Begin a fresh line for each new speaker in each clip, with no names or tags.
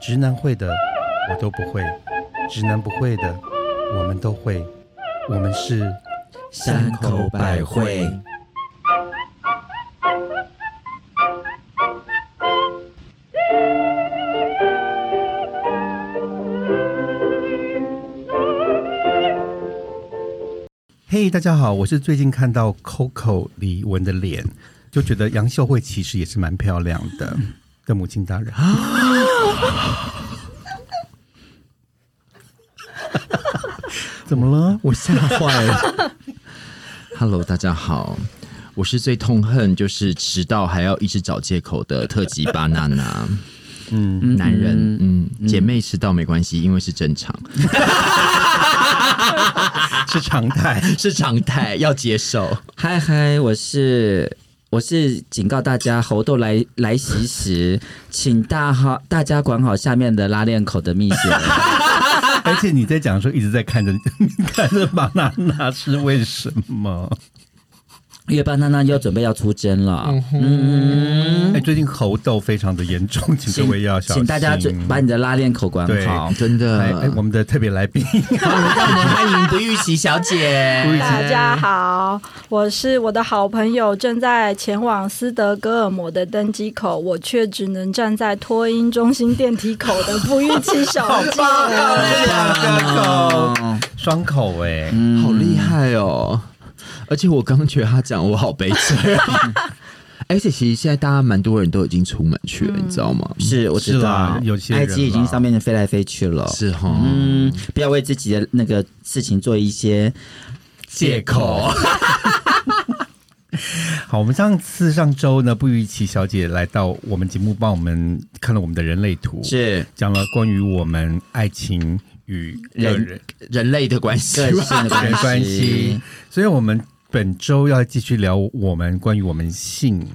直男会的我都不会，直男不会的我们都会，我们是
山口百惠。
嘿大家好，我是最近看到 Coco 李玟的脸，就觉得杨秀慧其实也是蛮漂亮的的母亲大人。怎么了？
我吓坏了。Hello，大家好，我是最痛恨就是迟到还要一直找借口的特级巴娜娜。嗯，男人，嗯，姐妹迟到没关系，因为是正常，
是常态。
是常态，要接 受。
嗨嗨，我是我是警告大家，猴痘来来袭时，请大好大家管好下面的拉链口的密穴。
而且你在讲的时候一直在看着看着马娜娜，是为什么？
因为巴娜娜又准备要出征了，嗯，
哎、最近猴痘非常的严重，请各位要小心。
请大家准把你的拉链口管
对
好。
真的，
哎哎，我们的特别来 宾
让我们欢嗯迎不预期小姐。
大家好，我是我的好朋友，正在前往斯德哥尔摩的登机口，我却只能站在托婴中心电梯口的不预期小姐。啊
双口双口哎、
嗯
好厉害哦！而且我刚觉得他讲我好悲 催、而且其实现在大家蛮多人都已经出门去了，你知道吗？
是，我
是
知
啦
道，
有些人啊
埃及已经
啦
上面飞来飞去了。
是哈，
嗯，不要为自己的那个事情做一些
借 口。
好，我们上次上周呢，布玉琪小姐来到我们节目，帮我们看了我们的人类图，
是
讲了关于我们爱情与个人
人人类的关系
个
吧，
性的
个人关系，所以我们本周要继续聊我们关于我们性，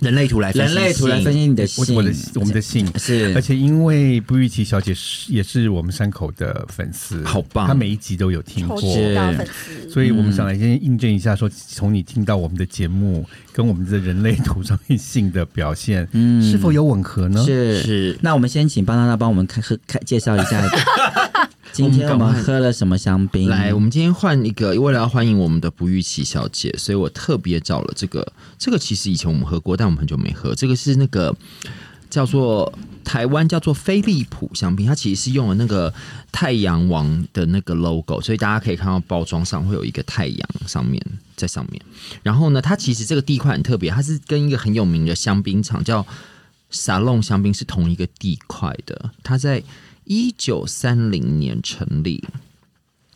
人类图来分析
人类图来分析你的
我
性，
我的我们的性。而
是
且因为布玉琪小姐是也是我们山口的粉丝，
好棒
她每一集都有听过
我，知道
是
粉丝，
所以我们想来先印证一下说从你听到我们的节目跟我们的人类图上面性的表现，是否有吻合呢？
嗯是
是
那我们先请巴娜娜帮我们开喝开介绍一 下，今天我
我们赶
们
快
喝了什么香槟？
来，我们今天换一个，为了要欢迎我们的不预期小姐，所以我特别找了这个。这个其实以前我们喝过，但我们很久没喝。这个是那个叫做台湾叫做飞利浦香槟，它其实是用了那个太阳王的那个 logo，所以大家可以看到包装上会有一个太阳上面在上面。然后呢，它其实这个地块很特别，它是跟一个很有名的香槟厂叫沙龙香槟是同一个地块的，它在。一九三零年成立，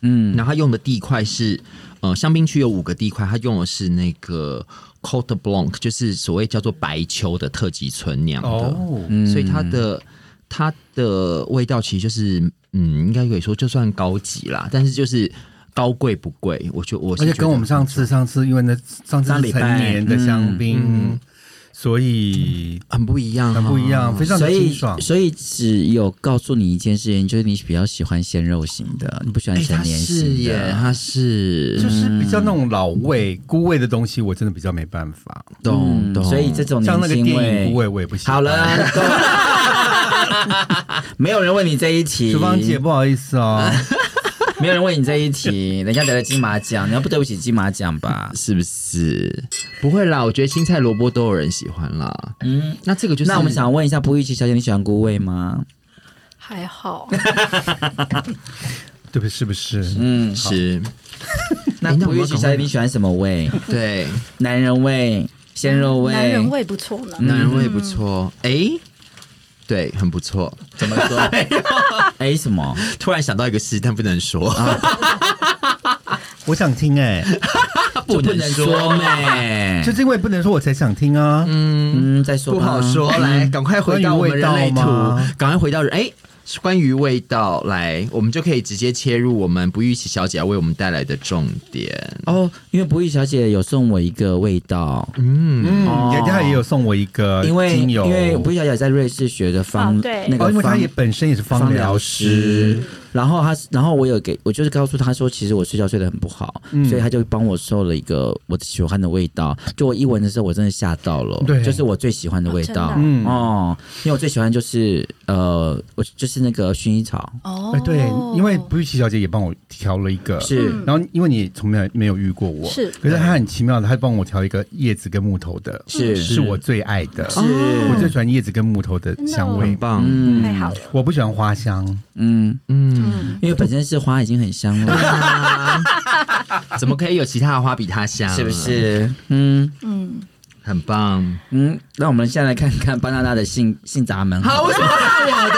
嗯，
然后他用的地块是，呃，香槟区有五个地块，他用的是那个 Cote Blanc，就是所谓叫做白丘的特级村酿的，
哦，
嗯
所以它的它的味道其实就是，嗯，应该可以说就算高级啦，但是就是高贵不贵，我觉我
而
是
且
觉
跟
得
我们上次上次因为那上次
上
是
礼拜嗯
成年的香槟，所以
很不一样、
很不一。样，非常的
所
清
以
爽。
嗯所以只有告诉你一件事情，就是你比较喜欢鲜肉型的，你不喜欢
哎，
成
它
年
是
型
耶，
的。
它是
就是比较那种老味、孤味的东西，我真的比较没办法。
懂懂，
哦所以这种
嗯像
年
那个电
轻
影孤味，
味，
我也不喜欢。
好了， 够了没有人问你这一题
厨，房姐，不好意思 哦，
没有人问你这 一题，人家得了金马奖，你要不对不起金马奖吧？
是不是？不会啦，我觉得青菜萝卜都有人喜欢啦。嗯，那这个就是
那我们想问一下不玉琪小姐，你喜欢菇味吗？
还好，
对不是不是？
嗯，
是
哎
那不玉琪小姐你喜欢什么味？
对，
男人味、鲜肉味、
男人味不错呢。
男人味不错，哎、对，很不错。
怎么说？哎，什么？
突然想到一个事，但不能说，
我想听 哎、
不
不能说妹，
就是因为不能说，我才想听啊。
嗯，再说
不
吧
好。说。来，赶快回到我们人
关
类
于味
图
道吗，
赶快回到人哎。是关于味道，来，我们就可以直接切入我们不预期小姐要为我们带来的重点。
哦，因为不玉小姐有送我一个味道，
嗯，
嗯，人家也有送我一个
因为
精油，
因为不玉小姐在瑞士学的方
哦，对
那
哦，
个
因为他
方
也本身也是
方
疗
疗师，然后他，然后我有给我就是告诉他说，其实我睡觉睡得很不好，所以他就帮我做了一个我喜欢的味道。就我一闻的时候，我真的吓到了，
对
就是我最喜欢的味
哦真的
道
啊。
嗯
哦，因为我最喜欢就是呃，我就是那个薰衣草，
哦
哎，对，因为不玉琪小姐也帮我调了一个，
是、
嗯
然后因为你从来没有遇过我，
是
可是她很奇妙的，她帮我调一个叶子跟木头的，
是
是我最爱的，
是
我最喜欢叶子跟木头的
哦
香味
很，棒，
嗯
太好了，
我不喜欢花香，
嗯，
嗯，
嗯，
因为本身是花已经很香 了，
怎么可以有其他的花比它香？
是不？是？嗯
嗯，
很棒，
嗯，那我们现在来看看巴娜娜的性性闸门，
好，为什么要我的？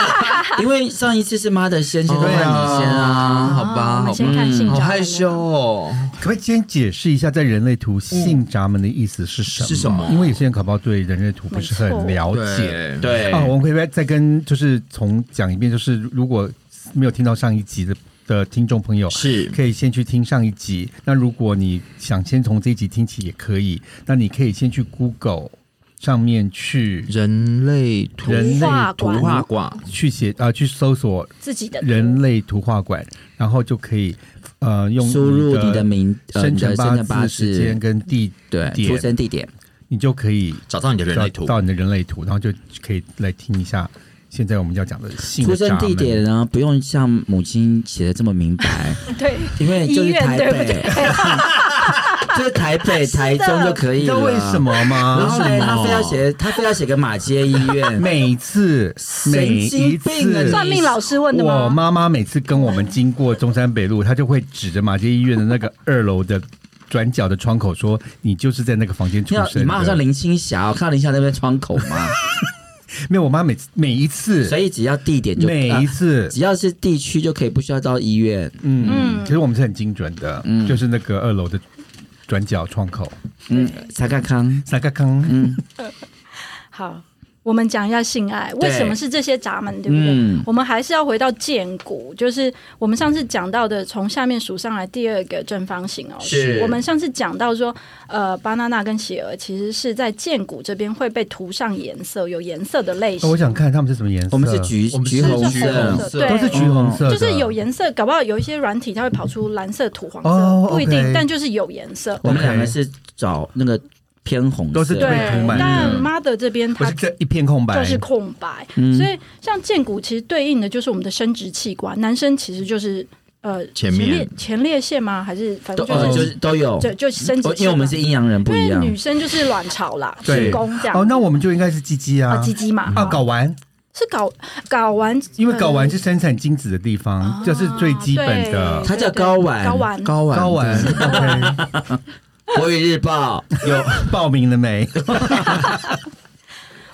因为上一次是妈的先，现在换
对
你先
哦
啊。
啊，好吧，好吧
我们先看性啊
好
交
害
的
羞哦。
可不可以先解释一下，在人类
哦
图性闸门的意思是什么？
是什么
因为有些人搞不好对人类图不是很了解。
对，
对
哦，我们可不可以再跟就是重讲一遍？就是如果没有听到上一集的的听众朋友，
是
可以先去听上一集。那如果你想先从这一集听起也可以，那你可以先去 Google 上面去
人类图
人类
图
图画馆，
去写啊、去搜索
自己的
人类图画馆，然后就可以呃用
输入你的名，呃，
生
你
辰
的生辰
八
八
字、时间
字，
跟地
对，
点
出生地点，
你就可以
找到你的人类
到
图。
到你的人类图，然后就可以来听一下现在我们要讲的性
出
的
生
闸
地
门
点呢，不用像母亲写的这么明 白，
对，
因为就
医
是
院
台
对不
北，
对？
就是台 北、台中就可
你
以
知
了。啊
道为什？么
然
吗？
后呢，
为什么
他非要 写，他非要写个马街医院，
每次每
神
一
经病啊
次
你
算命老师问的
我
吗？
妈妈每次跟我们经过中山北路，她就会指着马街医院的那个二楼的转角的窗口说：“你就是在那个房间出
你好
生。”
你妈好像林青霞哦，我看到林青霞在那边窗口 嘛，
没有，我妈每次每一次，
所以只要地点就
每一
啊
次，
只要是地区就可以，不需要到医院。
嗯，
嗯
其实我们是很精准的，就是那个二楼的转角窗口。
嗯，查看康，
萨嘎康，
好，我们讲一下性爱，为什么是这些闸门，对不对？
嗯
我们还是要回到剑骨，就是我们上次讲到的，从下面数上来第二个正方形哦。
是
我们上次讲到说，呃，巴娜娜跟企鹅其实是在剑骨这边会被涂上颜色，有颜色的类
哦我
型。
想看他们是什么颜色。
我们是橘
我们是
橘红
橘红
色
色，对
都是橘红色的，
就是有颜色，搞不好有一些软体它会跑出蓝色、土黄色，
哦
不一
OK
定，但就是有颜色。
我们两个
OK
是找那个偏红色，
都是
对
被涂满，的
但 mother 这边
不
它
是这一片空白，
就是空白。
嗯
所以像剑骨其实对应的就是我们的生殖器官，男生其实就是呃
前面
列前列腺吗？还是反
都
正
呃
就
就是是都有，
就就生殖
哦
器，
因为我们是阴阳人不一
因为
样，
女生就是卵巢啦，
对
子宫这样。
哦，那我们就应该是鸡鸡啊
啊，鸡鸡嘛，
啊，
哦
睾丸，
是睾睾丸，
因为睾丸
呃
是生产精子的地方，
哦
这是最基本的
对
它叫睾丸，
睾丸
睾丸，
睾 丸。OK，
对。国语日报
有报名了没？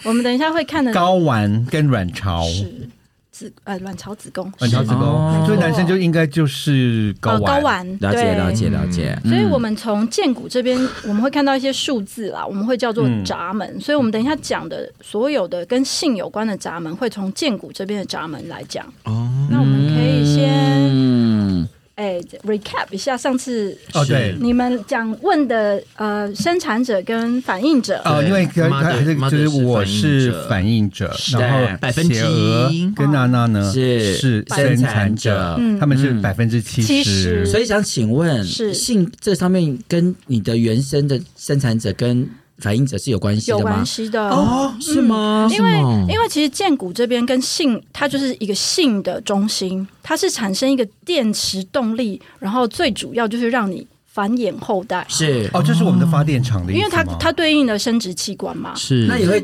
我们等一下会看的
睾丸跟卵巢，
是子呃卵巢子宫，
卵巢子
哦
宫，所以男生就应该就是睾
呃睾
丸。
丸，
了解
对
了解了解，嗯
嗯所以我们从剑骨这边，我们会看到一些数字啦，我们会叫做闸门。所以我们等一下讲的所有的跟性有关的闸门，会从剑骨这边的闸门来讲。
哦，
那我们可以先
嗯，
哎、recap 一下上次
哦，对，
你们讲问的呃生产者跟反应者。
哦，
对
因为他
妈的
他是
妈
就
的
是
是
我
反应
是
者
反应者，
是
然后
百分之一哦
企鹅跟娜娜呢
是
是生
生
产
产
者
者，
嗯
他们是
嗯
百分之七
70
十。
所以想请问，
是
性这上面跟你的原生的生产者跟反应者是有关系
有
的吗
关？系的，
哦，是吗？
嗯因为
是吗
因为其实剑骨这边跟性，它就是一个性的中心，它是产生一个电池动力，然后最主要就是让你繁衍后代。
是
哦，这是我们的发电厂的意思
因为它
吗
它对应的生殖器官嘛，
是
那也
哦
会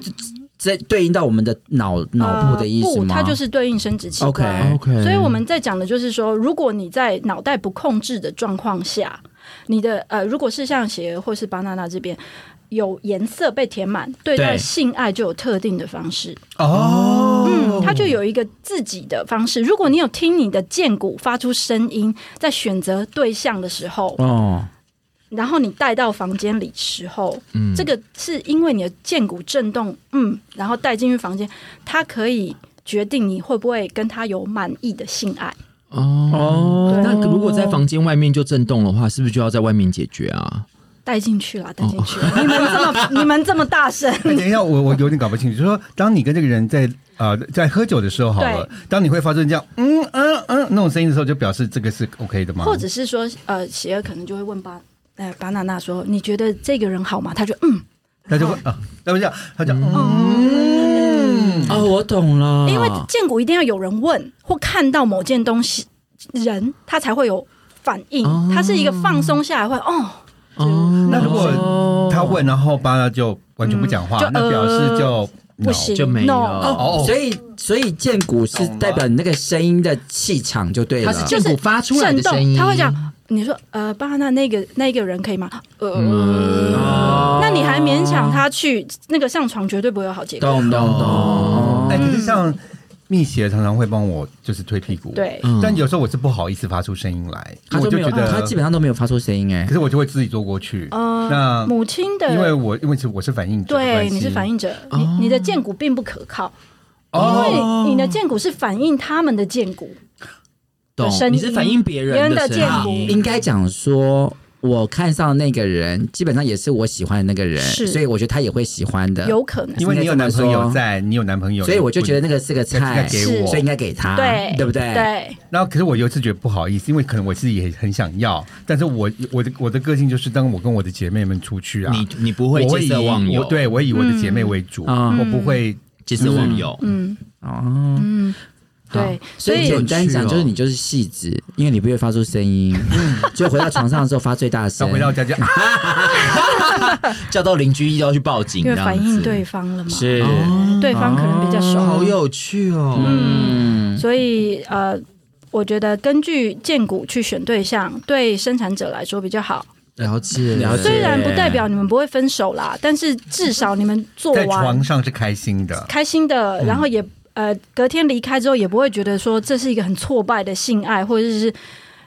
在对应到我们的脑脑部的意思
呃不
吗？
它就是对应生殖器
OK
官。
OK，
所以我们在讲的就是说，如果你在脑袋不控制的状况下，你的呃，如果是像鞋或是巴娜娜这边有颜色被填满，对待
对
性爱就有特定的方式。
哦，
嗯，它就有一个自己的方式。如果你有听你的剑骨发出声音，在选择对象的时候，
哦，
然后你带到房间里时候，
嗯
这个是因为你的剑骨震动，嗯，然后带进去房间，它可以决定你会不会跟他有满意的性爱。
哦
哦
那如果在房间外面就震动的话，是不是就要在外面解决啊？
带进去了，带进去了。你们 这么你们这么大声，
哎等一下，我我有点搞不清楚，就是说当你跟这个人在呃在喝酒的时候好了
对，
当你会发出这样嗯嗯嗯那种声音的时候，就表示这个是 OK 的吗？
或者是说呃，喜儿可能就会问巴呃巴娜娜说：“你觉得这个人好吗？”他就嗯，
他就会啊，他会这样，他讲嗯，
哦，我懂
啊
了，
因为建股一定要有人问或看到某件东西人，他才会有反应。
哦
他是一个放松下来会哦，
哦，
那如果他问，然后巴拉就完全不讲话
嗯就，
那表示就
呃不行
就没
n
了
o
哦
哦，所以所以剑骨是
懂了
代表你那个声音的气场就对
它
了，
是
就
剑
是
骨发出来
震
的声
动，
音，
他会讲。你说呃，巴娜那个那个人可以吗？呃，
哦
那你还勉强他去那个上床，绝对不会有好结果。
懂懂懂，
哎，可
嗯
是像蜜雪常常会帮我就是推屁股，，
对，
嗯
但有时候我是不好意思发出声音来，
他
我
就
就
没有，
觉
他
得
基，本上都没有发出声音哎
可，是我就会自己坐过去，
呃
那
母亲的
嗯因为我因为是我是反应者的关
对
系，
你是反应者，你你的剑骨并不可靠，
哦，
因为你的剑骨是反映他们的剑骨。
懂
声，音
你是反映别
别
人
人
的
的
声
剑
音
骨
应该讲说。我看上那个人，基本上也是我喜欢的那个人，
是
所以我觉得他也会喜欢的。
有可能
因为你有男朋友在，你有男朋友，
所以我就觉得那个是个
该
菜，
该给
我
所以应该给他，
对
啊对不对？，
对，
然后可是我又是觉得不好意思，因为可能我自己也很想要，但是我我的我的个性就是，当我跟我的姐妹们出去啊，
你你不
我
会
会
见
以
色忘友，
我，对我以我的姐妹为主，
嗯
我不会
见色忘友，
嗯
哦，
嗯，
好
对，
所
所
以
以
简单讲
有趣哦嗯
就是你就是戏子，因为你不会发出声音，就回到床上的时候发最大
然
声
后。回到家就
嗯
啊，
叫到邻居要去报警，
因为
这样
反映
子
对哦方了嘛，
是，
对方可能比较熟，
好有趣哦，
嗯，
所以呃，我觉得根据荐股去选对象，对生产者来说比较好。
了解
了解
虽然不代表你们不会分手啦，但是至少你们做
在
完
床上是开心的，
开心
嗯
的，然后也呃隔天离开之后也不会觉得说这是一个很挫败的性爱，或者是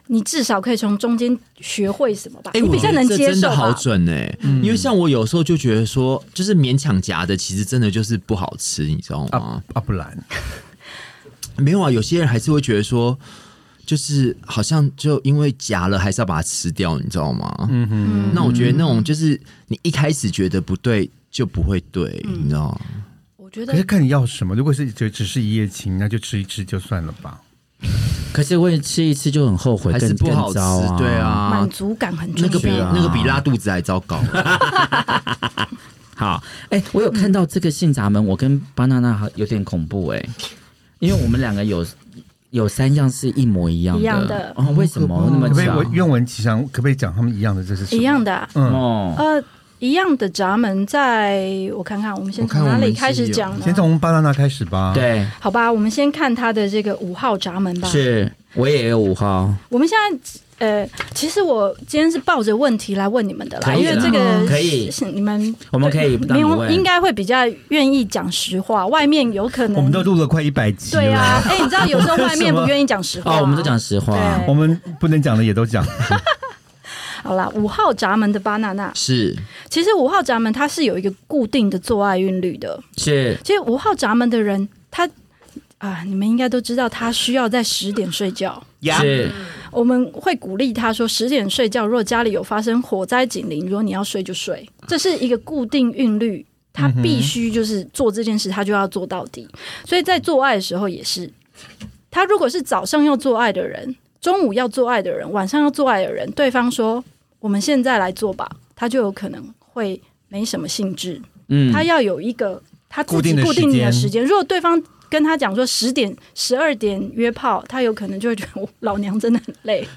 你至少可以从中间学会什么吧，
哎，
你
我
比较能
觉得这
接
真
受
的好
吧。
准哎、
嗯
因为像我有时候就觉得说，就是勉强夹的，其实真的就是不好吃，你知道吗
哦
啊？啊，不然
没有啊，有些人还是会觉得说，就是好像就因为夹了，还是要把它吃掉，你知道吗？嗯哼。那我觉得那种就是你一开始觉得不对，就不会对，
嗯
你知道吗？
我觉
可是
得
看你要什么，如果是只只是一夜情，那就吃一吃就算了吧。
可是我也吃一次就很后悔，
还是
更
不好
更
吃
糟，啊，
对。啊
满。足感很重
那
要。
个比
啊
那个比拉肚子还糟糕，
好，哎、我有看到这个信闸门，我跟巴娜娜有点恐怖哎、因为我们两个有有三样是一模一样的，
一样的
哦，为什么那么
可不可以
巧？
我愿闻其详？可不可以讲他们一样的？这是什么
一样的啊、
嗯，
哦，
呃，一样的闸门在，我看看，我们先
我看
从哪
我们
里
是
开始
有
讲呢？
先从巴娜娜开始吧。，
对，
好吧，我们先看它的这个五号闸门吧。
是我也有五号，
我们现在呃，其实我今天是抱着问题来问你们的
可
啦，
以
因
啦嗯
为这个
可以
是是你们
我们可以让
没
你
有
问，
应该会比较愿意讲实话，外面有可能
我们都录了快一百集了。
对 啊，哎、你知道有时候外面不愿意讲实话，啊
哦，我们都讲实话
对，
我们不能讲的也都讲，
好啦，五号闸门的巴娜娜，
是
其实五号闸门它是有一个固定的做爱韵律的，
是
其实五号闸门的人，他啊，你们应该都知道，他需要在十点睡觉。
是
我们会鼓励他说，十点睡觉。如果家里有发生火灾警铃，如果你要睡就睡，这是一个固定韵律，他必须就是做这件事，他就要做到底。所以在做爱的时候也是，他如果是早上要做爱的人，中午要做爱的人，晚上要做爱的人，对方说我们现在来做吧，他就有可能会没什么兴致。
嗯
他要有一个他自
固定
己
的
固定
时间
的时间。如果对方跟他讲说十点、十二点约炮，他有可能就会觉得我老娘真的很累，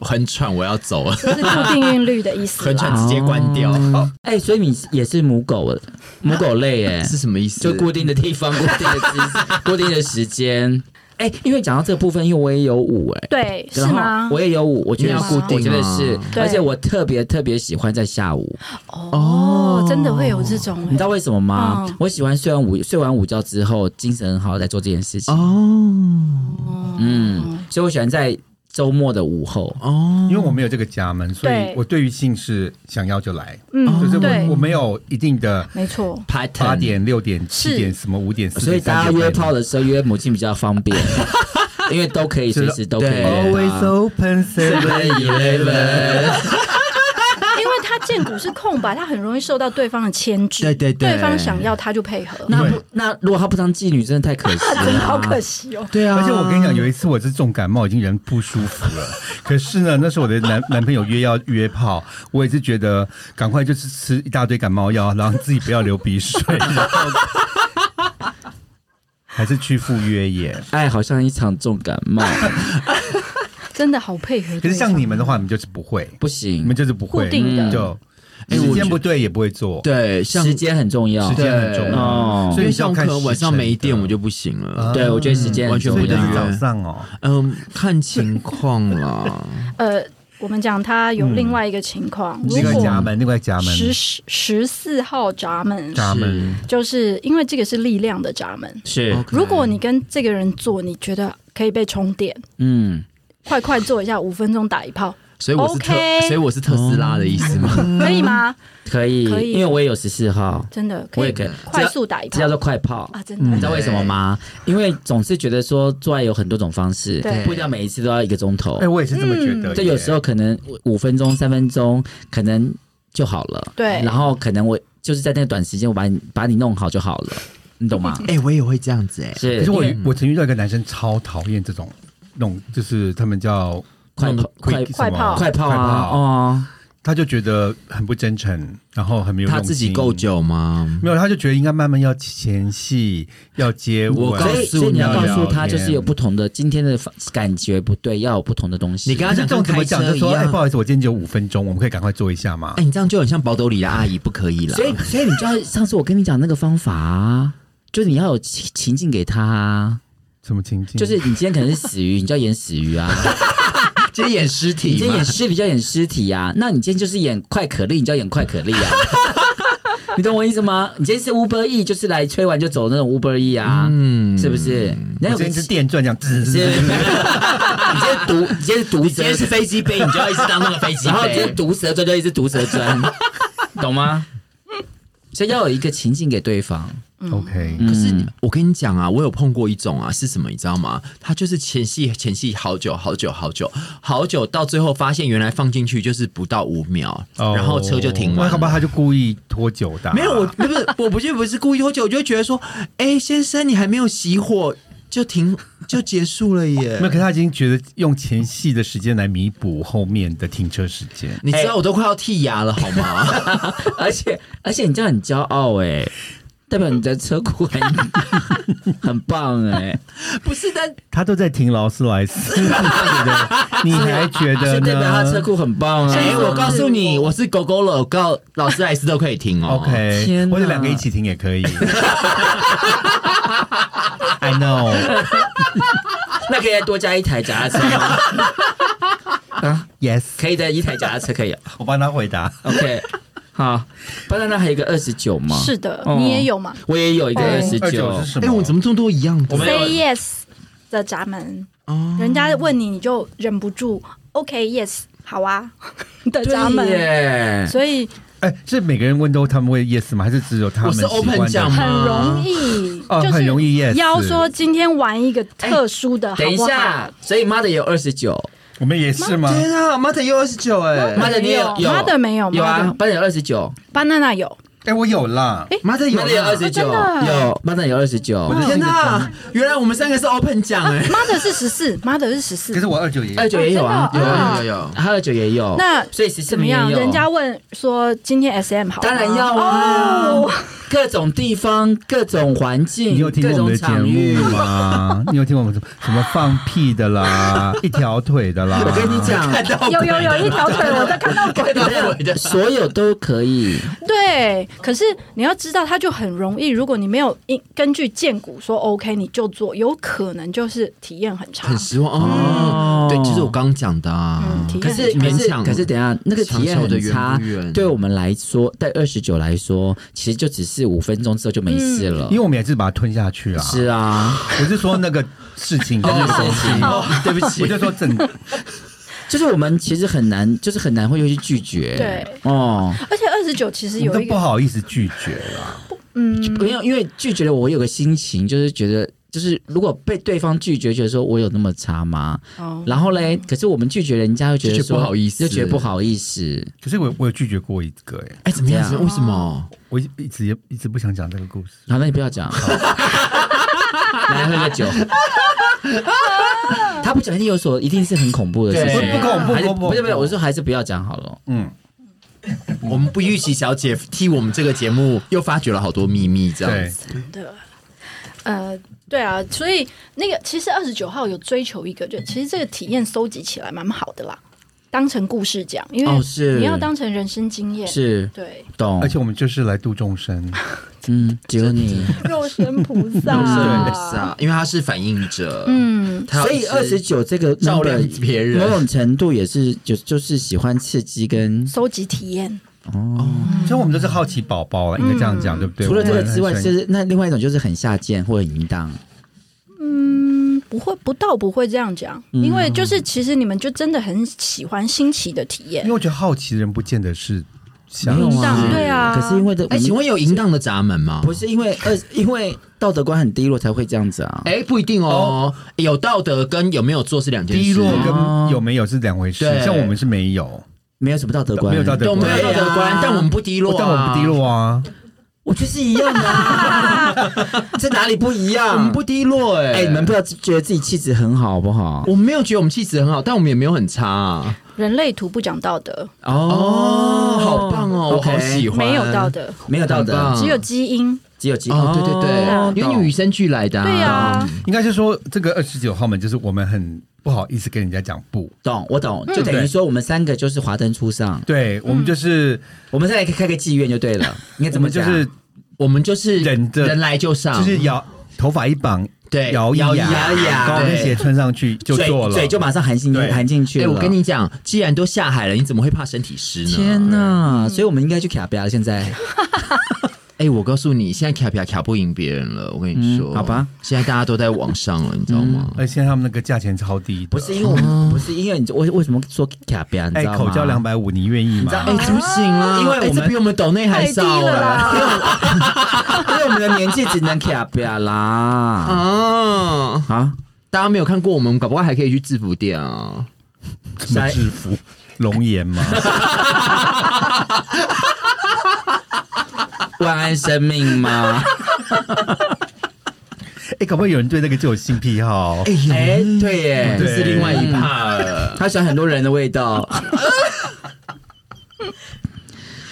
很喘，我要走
啊
了，
这是固定韵律的意思
很
啦。
喘，直接关掉，
哎、所以你也是母狗的母狗类哎、
是什么意思？
就固定的地方、固定的姿势、固定的时间。哎、因为讲到这部分，因为我也有舞哎、
对，是
然后
吗？
我也有舞，我觉得
你要
是
固定
我觉得是
啊，
对
而且我特别特别喜欢在下午，
哦，真的会有这种、
你知道为什么吗？
嗯
我喜欢睡完午睡完午觉之后精神很好来做这件事情，
哦
嗯，所以我喜欢在周末的午后。
哦，
因为我没有这个家门，所以
对
我对于性是想要就来，
哦
嗯，
就是
对
我我，没有一定的
没错。
pattern
八，点、六点、
是
七点什么五点，
所以大家约炮
的
的时候约母亲比较方便，因为都可以随时都可以
对
约
always
啊。
open seven eleven，
因为他见面鼓是空白，他很容易受到对方的牵制。
对对对
方想要他就配合，
那不那如果她不当妓女，真的太可惜
真
了，
的 好可。惜哦。
对啊，
而且我跟你讲，有一次我是重感冒，已经人不舒服了。 可是呢，那时候我的男男朋友约要约炮，我也是觉得赶快就是吃一大堆感冒药，然后自己不要流鼻 水，然后还是去赴约耶。
爱好像一场重感冒，
真的好配合。
可是像你们的，话，你们就是不会，
不
你
行
们，就是不会，
固定的
就
哎
时
我觉
间
得
不对也不会做。
对，像
时间很重要
时。间很重要，
哦
所以
因为
你就
像
要
我
看
可能晚上
时辰
没电
的
我就不行了
啊。
对，我觉得
嗯
时间很
完全
重
所以
不
就
能
是
要
约。
早上哦，
嗯，看情况啦。
呃，我们讲他有另外一个情况，如
嗯另外
果
闸门，另外闸门，
十十四号闸门，
闸门
是
就是因为这个是力量的闸门。
是
OK
如果你跟这个人做，你觉得可以被充电，
嗯，
快快做一下，五分钟打一炮，
所以我是特
OK
所以我是特斯拉的意思吗？
嗯
可以吗？
可以，
可以
因为我也有十四号，
真的
我
可
也
以
可以，
快速打一
这叫
炮
做快炮。
啊！真
你知
的，
道为什么吗？因为总是觉得说做爱有很多种方式，
对
不一定要每一次都要一个钟头
哎，。我也是这
嗯
么觉得耶。
这有时候可能五五分钟、三分钟，可能就好了。
对
然后可能我就是在那个短时间，我把你把你弄好就好了，你懂 吗？
哎，我也会这样子哎。
可
是
是我我曾遇到一个男生超讨厌这种那种，就是他们叫
快
弄
快
quick
快
什么
炮
快炮啊，哦，
他就觉得很不真诚，然后很没有
他
用
自己
心
够。久吗？
没有，他就觉得应该慢慢要前戏，要接吻，
我告
所以
诉
所以你要
你
告诉
啊聊
他，
天
就是有不同的今天的感觉不对，要有不同的东西。
你跟他
可是这种怎么讲？就说
跟开车一
哎，
样
不好意思，我今天只有五分钟，我们可以赶快做一下吗
哎，？你这样就很像保斗里的阿姨，不可以啦。
所以所以你知道上次我跟你讲那个方法啊，就是你要有情情境给他啊，
什么情境？
就是你今天可能是死鱼，你就要演死鱼啊。
今天演尸
你
体
今天
嘛
演，尸体就要演尸体啊，那你今天就是演快可丽，你就要演快可丽啊。你懂我意思吗？你今天是 Uber E，就是来吹完就走那种 Uber E 啊，
嗯
是不是？你要
我今
有个
天是
是，
电钻这样，滋
你今天毒，你今天是毒
今
蛇，
天是飞机杯，你就要一直当那个飞机
然后今
杯
天。毒蛇钻就一直毒蛇 钻，懂吗？所以要有一个情境给对方。
OK，
可是
嗯
我跟你讲啊，我有碰过一种啊，是什么你知道吗？他就是前戏前戏好久好久好久好久，到最后发现原来放进去就是不到五秒，
哦
然后车就停完
那
了。
要不然他就故意拖久的啊。
没有，我不是，我不是不是故意拖久，我就觉得说，哎、先生，你还没有熄火就停就结束了
没有，
耶。
可是他已经觉得用前戏的时间来弥补后面的停车时间。
你知道我都快要剔牙了，好吗？
而且而且你这样很骄傲哎、代表你的车 库很很棒哎、
不是，但
他都在停劳斯莱斯，你觉得你还觉
啊
哦
得
是啊代表他车
呢
库很棒啊！
哎、
是
我告诉你，我是狗狗了，我告劳斯莱斯都可以停哦。
？OK，
天哪
或者两个一起停也可以。I know,
那可以再多加一台脚踏车吗？
yes，
可以再一台脚踏车可以啊
我帮他回答。
，OK，好。不然那还有一个二十九吗？
是，的
哦，
你也有嘛
我也有一个
哦
二十九
29。是什
哎、我怎么这么多一样的？
我没有
？Say yes 的闸门，
哦
人家问你，你就忍不住 OK yes 好啊 的闸
对
门，
耶，
所以
哎，是每个人问都他们会 yes 吗？还是只有他们
我是
喜欢的
open 讲吗
很容易，
啊
哦
就是
很容易 yes
要说今天玩一个特殊的，
哎等一
好不好
下，所以妈的也有二十九，
我们也是吗？
天啊，妈的又二十九哎，
妈的你也有有
妈的没有
有
妈
啊
的，
妈的有二十九，
，banana 有，
哎，我有啦。
妈的
妈的有
有啊
二十九，
哦真的
有妈的有二十九
我，的
天哪！原来我们三个是 open 奖哎、
妈的是十四，妈的是十四
可，是我二九也有
二十九也有啊，
哦真的啊
有 有，
他二九也有。
那
所以十四
怎么样？
名也有
人家问说今天 SM 好吗，哦
当然要啊，各种地方、各种环境、
你有听
各
过我们
种
的节
场域。
目吗？你有听过我们什么什么放屁的啦，一条腿的 啦？
我跟你 讲，
有有有一条腿，我在看到鬼了。
所有都可以，
对，可是你要知道，它就很容易。如果你没有因根据荐股说 OK，你就做，有可能就是体验很差
很。失望哦。对，就是我刚讲的啊
嗯，体验
可
很
是
差
可
勉
是
强
可是等一下那个体验
长袖的
很
圆
差
不圆，
对我们来说，对二十九来说，其实就只是五分钟之后就没事了
嗯
因为。我们也是把它吞下去啊。
是啊，
我是说那个事情，就是
事
东
情
西。对不起，我就说整
就是我们其实很难，就是很难会去拒绝。
对
哦，
而且二十九其实
你
有
都
一
不
个，
好意思拒绝了。
嗯，
没有，因为拒绝了我有个心情，就是觉得就是如果被对方拒绝，觉得说我有那么差吗？
哦，
然后嘞，可是我们拒绝人家又觉得
就觉
说
得不好意思
就觉得不好意思。
可是我我有拒绝过一个哎、
哎，怎么样？
这样
为什么？
我一一直也一直不想讲这个故事。
好， 那你不要讲，来喝个酒。他不讲一定有所，一定是很恐怖的事
对
情。
不不恐怖
还是
不不
不是不是，
不
我说还是不要讲好了。
嗯，
我们不预期小姐替我们这个节目又发掘了好多秘密，这样
对
子。，
的，呃，对啊，所以那个其实二十九号有追求一个，就其实这个体验搜集起来蛮好的啦，当成故事讲，因为
哦是
你要当成人生经验，
是
对，
懂
而，且我们就是来度众生，
嗯，只有你，
肉身菩萨，
对，是 啊，因为她是反应者，
嗯，
她要
所以
一直
二十九这个
照亮
number
别人
某种程度也是就就是喜欢刺激跟
搜集体验，
其实我们都是好奇宝宝了，啊应该这样讲，对不对？
除了这个之外，
我们很
就
喜欢
是那另外一种就是很下贱或很淫荡，
嗯，不会，不到不会这样讲，
嗯
因为就是其实你们就真的很喜欢新奇的体验
因为，我觉得好奇的人不见得是想
没有
淫
啊
荡，对啊
可是因为的，
哎，请问有淫荡的闸门吗？
不是因为二，因为道德观很低落才会这样子啊。
哎，不一定哦，有道德跟有没有做是两件事。
低落跟有没有是两回事，
对
像我们是没有，
没有什么道德观，
没有道德
有没有道德
对
观
啊？
但我们不低落啊，
哦但我们不低落啊，
我觉得是一样的、 啊，这哪里不一样？
我们不低落哎、
哎、你们不要觉得自己气质很好，好不好？
我们没有觉得我们气质很好，但我们也没有很差、啊、
人类图不讲道德，
哦，好棒哦我
OK
好喜欢，嗯
没有道，德，
没有道
很
德，
棒
只有基因，
只有基
哦，对对对，因为与
女
生俱来的、
对啊，
应该是说这个二十九号门就是我们很不好意思跟人家讲不，
懂，我懂，
嗯
就等于说我们三个就是华灯初上，
对我们就是
我们再来开个妓院就对了。应该
我
嗯怎么
们就
讲？啊
是
我们就是
忍着
人来就上，
就是摇头发一绑，
对
摇一啊
摇一啊
摇
摇
高跟
对
鞋穿上去就
嘴
做了，
嘴就马上含进
对
含进去
哎、
了。
我跟你讲，既然都下海了，你怎么会怕身体湿呢？
天
哎
哪！所以我们应该去卡比亚了。现 在
哎、我告诉你，现在卡皮亚卡不赢别人了，我跟你说、
嗯好吧，
现在大家都在网上了，你知道吗？
而且现在他们那个价钱超低的，
不是因为我们，不是因为你为为什么说卡比亚？你
哦哎
知道吗？
口交两百五，你愿意吗？
哎、怎么行啊？
因为我们
哎这比我们抖内还
太低
少
了
哎、
啦，
因为我们的年纪只能卡比亚 啦。
啊！
啊，
大家没有看过我们，搞不好还可以去制服店啊。
什么制服？龙岩吗？
万安生命吗？
哎，搞不好有人对那个就有性癖好。
哎、对耶，
对
这是另外一趴了。
他喜欢很多人的 味道。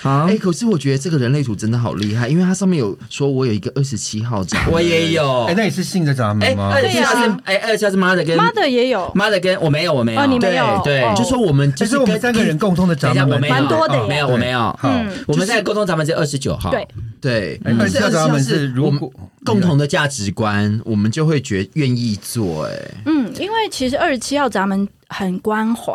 好，
哎、可是我觉得这个人类图真的好厉害，因为它上面有说我有一个二十七号闸，
我也。有。
哎，那也是性的闸门吗
二？十七号
对
是
啊
哎，二十七号是妈的跟
妈的也有，
妈的跟我没有，我没有，
哦你没有
对，
哦
就说我们就
这
是
哎是我们三个人共同的闸
等一下
门，
我没有，
蛮多的耶
哦没有，
对
我没有。
好，
嗯
我们在沟通咱们是二十九号，
对，
对，
哎
可
二十七号闸门是如
我
果
们共同的价值观，我们就会觉愿意做、哎，
嗯，因为其实二十七号闸门很关怀，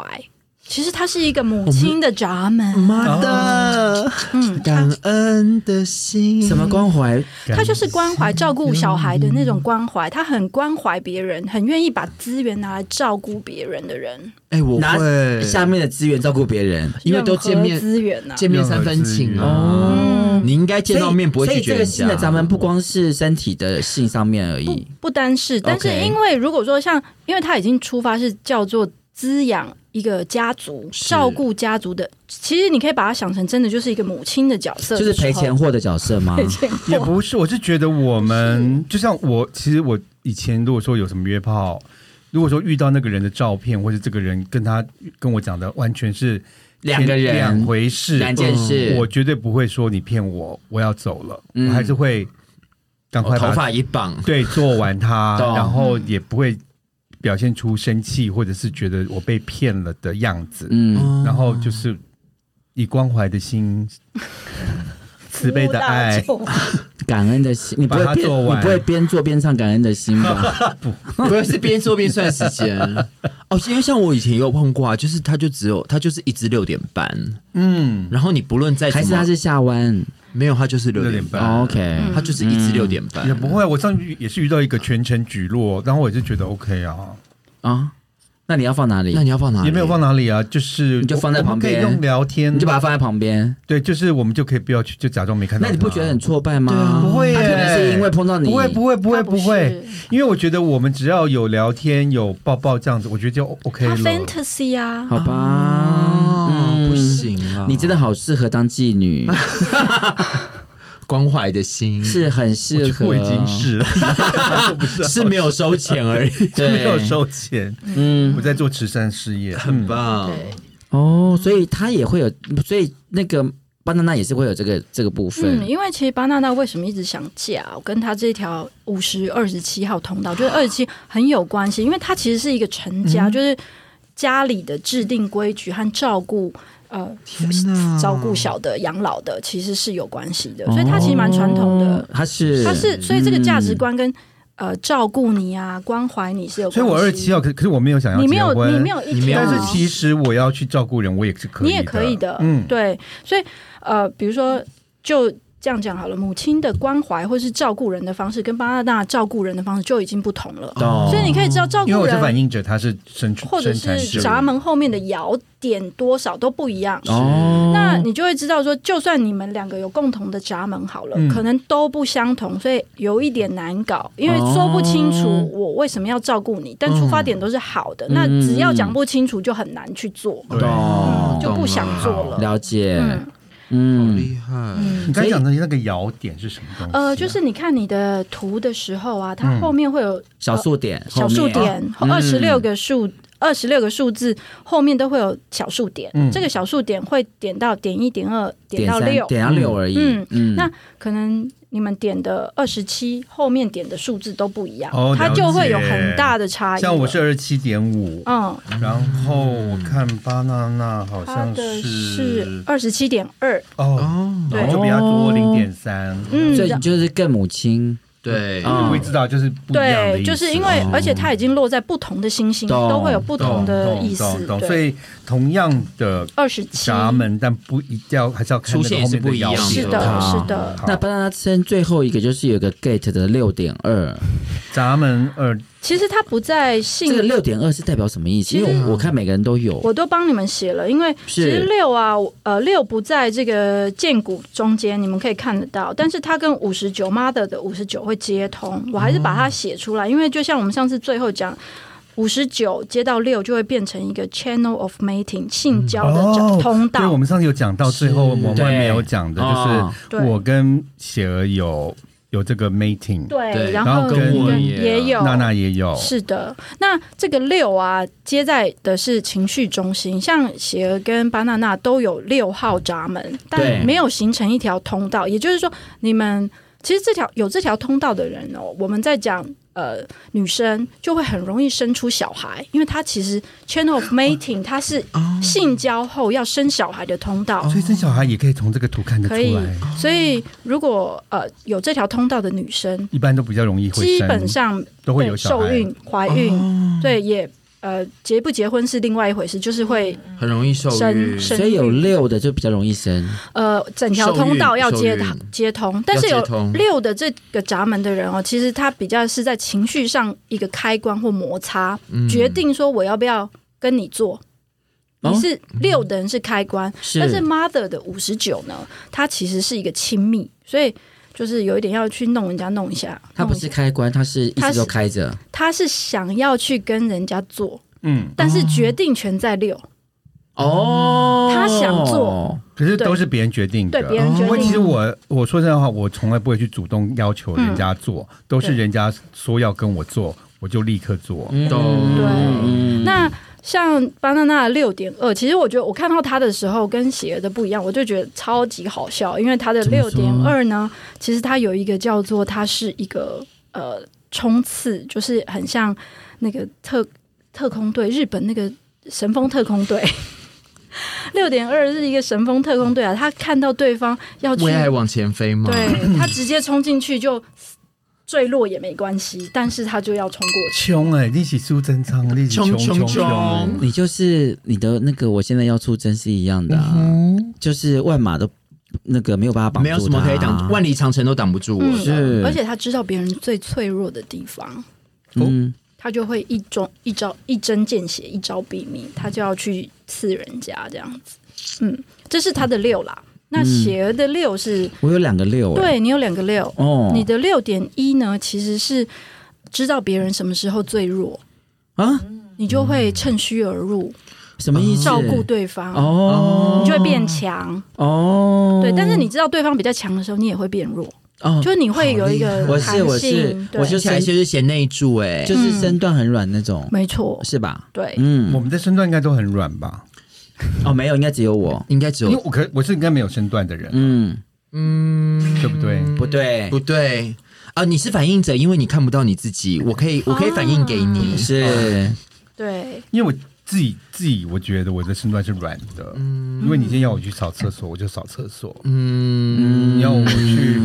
其实它是一个母亲的闸门，
妈的，
嗯，
感
它
恩的心，
什么关怀？
它就是关怀照顾小孩的那种关
嗯
怀，他很关怀别人，很愿意把资源拿来照顾别人的人，
哎、我
拿
会
下面的资源照顾别人，
因为都
任何
见面
资源啊呐、
见面三分情啊。
嗯，
你应该见到面不会
所以
拒
所
绝
以这个
人
性
家。
的咱们不光是身体的性上面而已，
不单是，但是
OK
因为如果说像，因为它已经出发是叫做滋养一个家族，
是
照顾家族的，其实你可以把它想成真的就是一个母亲的角色
就
的时
是
候，
赔钱货的角色吗？
赔钱
也不是，我是觉得我
嗯
们就像我，其实我以前如果说有什么约炮，如果说遇到那个人的照片，或者这个人跟他跟我讲的完全是
两个人
两回事，
两件事，
我绝对不会说你骗我，我要走了，
嗯哦
我还是会赶
我
快把
哦头发一绑，
对做完它，
懂
然后也不会表现出生气或者是觉得我被骗了的样子，
嗯，
然后就是以关怀的心、慈悲的爱，
感恩的心，你不会
把它
边
做
你
完
不会边做边唱感恩的心吧？
不会是边做边算时间 哦。因为像我以前也有碰过啊，就是他就只有他就是一直六点半，
嗯，
然后你不论再怎
还
么
是嗯他是下弯、哦
没有，他就是六点
6点半嗯
半。
o k
嗯
他就是一直六点半，
也不会。我上次也是遇到一个全程举落，然后我也是觉得 OK 啊，
啊？那你要放哪里
那？你要放哪里？
也没有放哪里啊，就是
你就放在
我们
旁边
可以用聊天，
你就把它放在旁边。
对，就是我们就可以不要去，就假装没看到。
那你不觉得很？挫败吗？
对啊
不会耶
他可能是因会碰到你，
不会不会不会
他
不
不
会，
是，
因为我觉得我们只要有聊天有抱抱这样子，我觉得就 OK
他
了。
fantasy 啊，
好吧，
哦，不行了，
你真的好适合当妓女，
关怀的心
是很适合，
嗯我已经是 了，我不是
是没有收钱而已，
对，
没有收钱，
嗯
我在做慈善事业，嗯
很棒。
对，
哦，所以他也会有，所以那个巴娜娜也是会有这个这个部分，
嗯，因为其实巴娜娜为什么一直想嫁，我跟她这条五十二十七号通道，就是二十七很有关系，因为她其实是一个成家，就是家里的制定规矩和照顾。呃，
天哪
照顾小的、养老的，其实是有关系的，所以她其实蛮传统的
哦。，他是
她是，所以这个价值
嗯
观跟呃照顾你啊、关怀你是有关系。
所以我二十七号，可可是我没有想要
你没
结
有，
婚，
你没有一
你没有
条
但是其实我要去照顾人，我也是可以，
你也可以的，
嗯，
对，所以呃，比如说就这样讲好了，母亲的关怀或是照顾人的方式，跟巴拿大照顾人的方式就已经不同了，
懂
所以你可以知道照
哦因为
顾
我是反
人
应者，他是生
或者
生产
是
者，
闸门后面的摇点多少都不一样。
哦，
那你就会知道说，就算你们两个有共同的闸门好了，
嗯
可能都不相同，所以有一点难搞，因为说不清
哦
楚我为什么要照顾你，但出发点都是好的，那只要讲不清楚就很难去做，
对
嗯
哦懂
就不想做了。
了解，
嗯
好
嗯，
厉害，
你刚才讲的那个摇点是什么东西啊？
呃，就是你看你的图的时候啊，它
嗯
后面会有
小数点，
哦小数点，二十六个数，二十六个数字后面都会有小数点。
嗯
这个小数点会点到点一、点二、点
点
到
三
六，
点到六而已，
嗯
嗯，
那可能你们点的二十七后面点的数字都不一样，
哦
它
了
就会有
解
很大的差异了。
像我是二十七点五，
嗯，
然后我看巴娜娜好
它
像
的是二十七点二，
哦，
对
然后就比他多零点三，
嗯，
所以你就是更母亲，
对，
嗯
会知道就是不一样的
对，
意思哦
就是因为而且它已经落在不同的星星，
懂
都会有不
懂
同的
懂
意思
懂，懂
对
所以同样的
二十七
闸门，但不一定要还是要看那
出
个
现也
后
是
面
不一样
摇
的
点
是的，
好
是的，
好
那巴拿森最后一个就是有个 gate 的六点二，
嗯
闸门二
其实它不在
这
性
个，六点二是代表什么意思？
其
因
实
为我我看每个人都有，
我都帮你们写了，因为其
是
实六啊，呃，六不在这个剑骨中间，你们可以看得到，但是它跟五十九 mother 的五十九会接通，我还是把它写出来，因为就像我们上次最后讲。五十九接到六就会变成一个 channel of mating 性交
哦
的通道，
对，我们上次有讲到，最后我们外面有讲的，
哦
就是我跟雪儿有有这个 mating，
对，
对
然
然
后
后跟我
也
也有
娜娜也有，
是的，那这个六啊，接在的是情绪中心，像企鹅跟巴娜娜都有六号闸门，但没有形成一条通道。也就是说，你们其实这条有这条通道的人哦，我们在讲呃女生就会很容易生出小孩，因为她其实 channel of mating 它是性交后要生小孩的通道，
所以生小孩也可以从这个图看得出
可以
来，。
所以如果呃有这条通道的女生，
一般都比较容易会
基
生，
本上
都会有
对
小
受
孩。
孕、怀孕，对，也呃结不结婚是另外一回事，就是会
很容易受
生
孕，
生
所以有
育
六的就比较容易生，
呃整条通道要接
受孕
接通，但是
要
有
接通
六的这个闸门的人哦，其实他比较是在情绪上一个开关或摩擦，决定说我要不要跟你做。
哦
你是六的人是开关，
是
但是 mother 的五十九呢，它其实是一个亲密，所以就是有一点要去弄人家弄一下。
它不
弄一
是
下，
开关，它是一
它
直
是
都开着，
他是想要去跟人家做，
嗯，
但是决定权在六。
哦，
他想做，
可是都是别人决定的。
对别人决定
因为其实我我说真的话，我从来不会去主动要求人家做，都是
嗯对
人家说要跟我做，我就立刻做。
懂
对
嗯，
那像巴娜娜六点二，其实我觉得我看到他的时候跟企鹅的不一样，我就觉得超级好笑，因为他的六点二呢，其实它有一个叫做它是一个呃冲刺，就是很像那个特特工队，日本那个神风特工队。 六点二是一个神风特工队啊，他看到对方要去
为爱往前飞吗？
对他直接冲进去就坠落也没关系，但是他就要冲过去。
穷哎、你是苏贞昌，你是穷
穷
穷
穷
穷
嗯穷，
你就是你的那个，我现在要出征是一样的啊、
嗯
就是万马都那个没有办法绑住啊
没
它
有什么可以挡，万里长城都挡不住我。
是
嗯而且他知道别人最脆弱的地方，
嗯，
他就会一中一招一针见血，一招毙命，他就要去刺人家这样子。嗯，这是他的六啦。那邪的六是、
我有两个六、欸，
对你有两个六，
哦，
你的六点一呢，其实是知道别人什么时候最弱，
啊
你就会趁虚而入，
什么意思？
嗯照顾对方，
嗯哦，
你就会变强。
哦，
对，但是你知道对方比较强的时候，你也会变弱，
哦，
就是你会有一个
好厉害
弹性。
我是
对
我是
起来就是贤内助哎、
就是身段很软那种，
没错，
是吧？
对，
我
嗯，
们的身段应该都很软吧？
哦，没有，应该只有我。
应该只
因为
有
我可我是应该没有身段的人，
嗯，
嗯，
对不对？
不对，
不对啊，你是反应者，因为你看不到你自己，我可以我可以反应给你，
是
对，
因为我自己自己，我觉得我的身段是软的。
嗯
因为你今天要我去扫厕所，我就扫厕所。嗯，你要我去，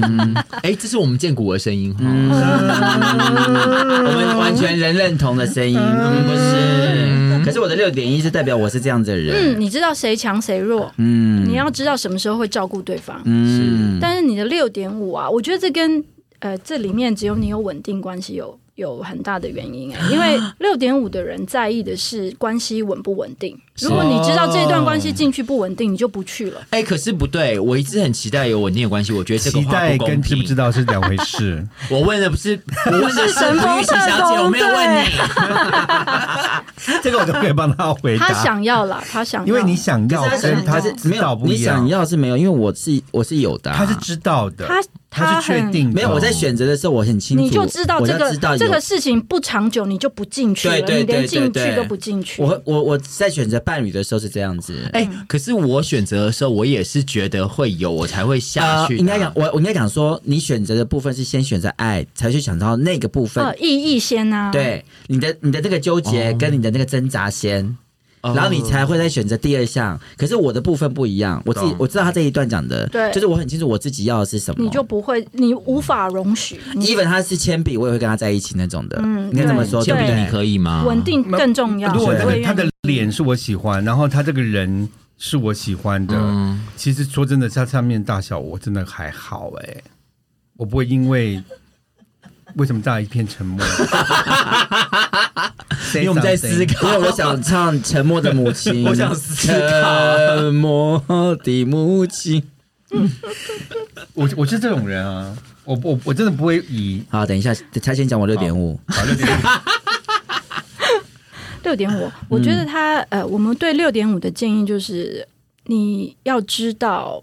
哎、这是我们建古的声音哈、我们
完全人认同的声音，嗯不是？可是我的六点一是代表我是这样子的人，
嗯，你知道谁强谁弱，
嗯
你要知道什么时候会照顾对方。
嗯，
但是你的六点五啊，我觉得这跟呃这里面只有你有稳定关系有有很大的原因
啊
哎、因为六点五的人在意的是关系稳不稳定。如果你知道这段关系进去不稳定，你就不去了。
哎、可是不对，我一直很期待有稳定的关系，我觉得这个
期
话
待
不公
跟知不
平。
知道是两回事。
我问的不是，我问的是不玉琪小姐，我没有问你。
这个我都可以帮他回
他
答，
想要啦，他想要，
因为你想要
哦可
啊
是
跟他
可是
知
没
道
有，
不
你
一样
想。要是没有，因为我是我是有的啊，
他是知道的，
他
他是确
很
定的，哦
没有我在选择的时候我很清楚，
你就知道
我
这个
知道有
这个事情不长久，你就不进去了，
对对
你连
对对
进
对
去都不进去。
我我我在选择伴侣的时候是这样子。
哎、可是我选择的时候，我也是觉得会有，我才会下去的啊、
呃应该讲，我我应该讲说，你选择的部分是先选择爱，才去想到那个部分。
呃，意义先啊，，
对，你的你的这个纠结跟你的那个挣扎先，
哦
然后你才会再选择第二项。可是我的部分不一样，我自己
懂
我知道他这一段讲的，
对
就是我很清楚我自己要的是什么。
你就不会，你无法容许，你
even 他是铅笔，我也会跟他在一起那种的。
嗯
应该这么说，
对
对
铅
不
笔
对？
你可以吗？
稳定更重要。
如果
我
那
也
个
愿
他的
意
脸是我喜欢，然后他这个人是我喜欢的，
嗯
其实说真的，他上面大小我真的还好哎、我不会因为为什么大家一片沉默，因
因为我们在思，考，因为我想唱《沉默的母亲》，
我想思考
沉默的母亲。
我我是这种人啊，我我我真的不会以
好，等一下，他先讲我六点五。
好六点
六点五，我觉得他呃，我们对六点五的建议就是，你要知道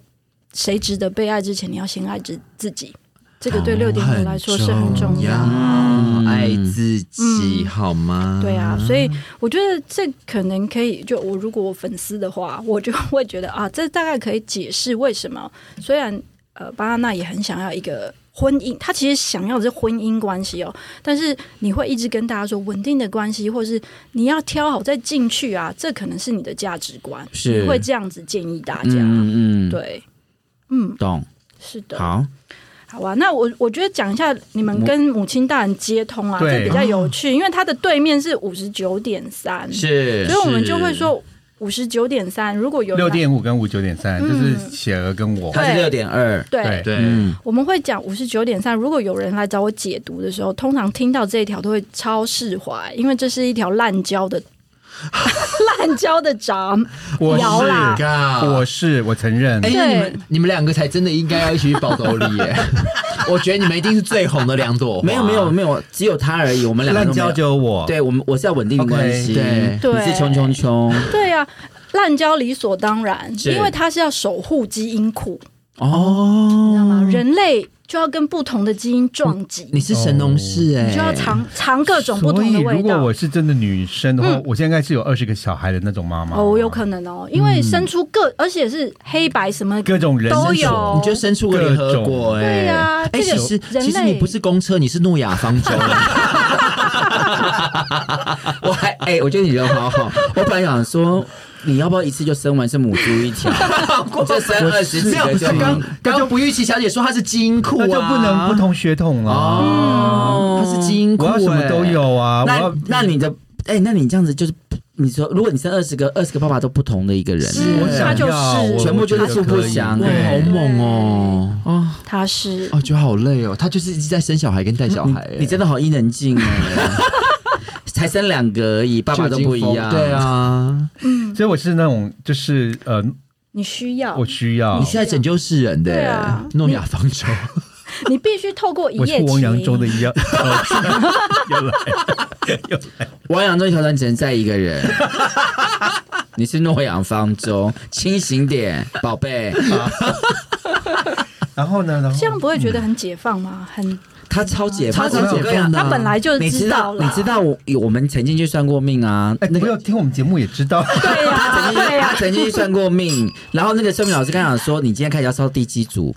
谁值得被爱之前，你要先爱自自己。这个对六点五来说是哦很重要。
要嗯爱自己、
嗯
好吗？
对啊，
嗯
所以我觉得这可能可以，就我如果我粉丝的话，我就会觉得啊， 这大概可以解释为什么虽然呃巴拉那也很想要一个婚姻，他其实想要的是婚姻关系哦，但是你会一直跟大家说稳定的关系，或是你要挑好再进去啊，这可能是你的价值观，
是
你会这样子建议大家，
嗯嗯，，
对，嗯，
懂。
是的，
好，嗯
好啊，那我我觉得讲一下你们跟母亲大人接通啊，这
对
比较有趣，因为它的对面是五十九点三，
是，
所以我们就会说五十九点三，如果有
六
哪
点五跟五九点三，就是
嗯
雪儿跟我，
他是
对
六点二。
对。
对
对。
嗯，
我们会讲五十九点三。如果有人来找我解读的时候，通常听到这一条都会超释怀，因为这是一条滥 交的滥交的闸。
我
摇啦
是我是我承认，
啊哎、那你们
对
你们两个才真的应该要一起去宝斗里耶！我觉得你们一定是最红的两朵花。
没有没有没有，只有他而已。我们两个
滥
都没有
交只有我，
对我们我是要稳定关系，
OK，
你
对
是穷穷穷
对呀、啊，滥交理所当然，
是
因为它是要守护基因库，你知道
哦，
嗯
吗？人类就要跟不同的基因撞击，
你是神农氏哎、
你就要尝尝各种不
嗯所
同
以
的味
如果
道。
我是真的女生的话，我现在应该是有二十个小孩的那种妈妈
哦，有可能哦，因为生出各，而且是黑白什么
嗯各种人
都
生
有
所
哦
你就生出个联合国哎、
对啊
哎、
这个
其实
人
其
类
实你不是公车，你是诺亚方舟。 我还哎、我觉得你人好好，我本来想说。你要不要一次就生完是母猪 一条？你这生二十几
没有，
个就
刚刚刚刚不玉琪小姐说她是基因库啊，
那就不能不同血统了。
哦，它是基因库、
我
哎
要什么都有啊！我
那
要
那你的哎、那你这样子就是，你说如果你生二十个，二十个爸爸都不同的一个人，
啊
是
我
他
想
就是
要，我
全部就是
我觉得
素不
可以
详
对
哇，好猛哦！哦
他是
哦，觉得好累哦，她就是一直在生小孩跟带小孩耶，
你真
的
的好伊能静哎，才生两个而已，爸爸都不一样。
对，啊，
所以我是那种就是呃
你需要
我，需要
你，是在拯救世人的、
对啊
诺亚方舟，
你必须透过一
我
夜
是
情。
汪洋中的一样，又来
汪洋这条船只能载一个人。你是诺亚方舟，清醒点，宝贝。
然后呢？然后
这样不会觉
嗯
得很解放吗？很
他超解放，
超级
我跟你讲
解放的
他本来就
你知
道
道，
了，
你知道我我们曾经去算过命啊，
哎，
那
不
个
要听我们节目也知道，
对呀、
他曾经
啊对呀、
他曾经去算过命，然后那个算命老师跟他讲说，你今天开始要烧第七组，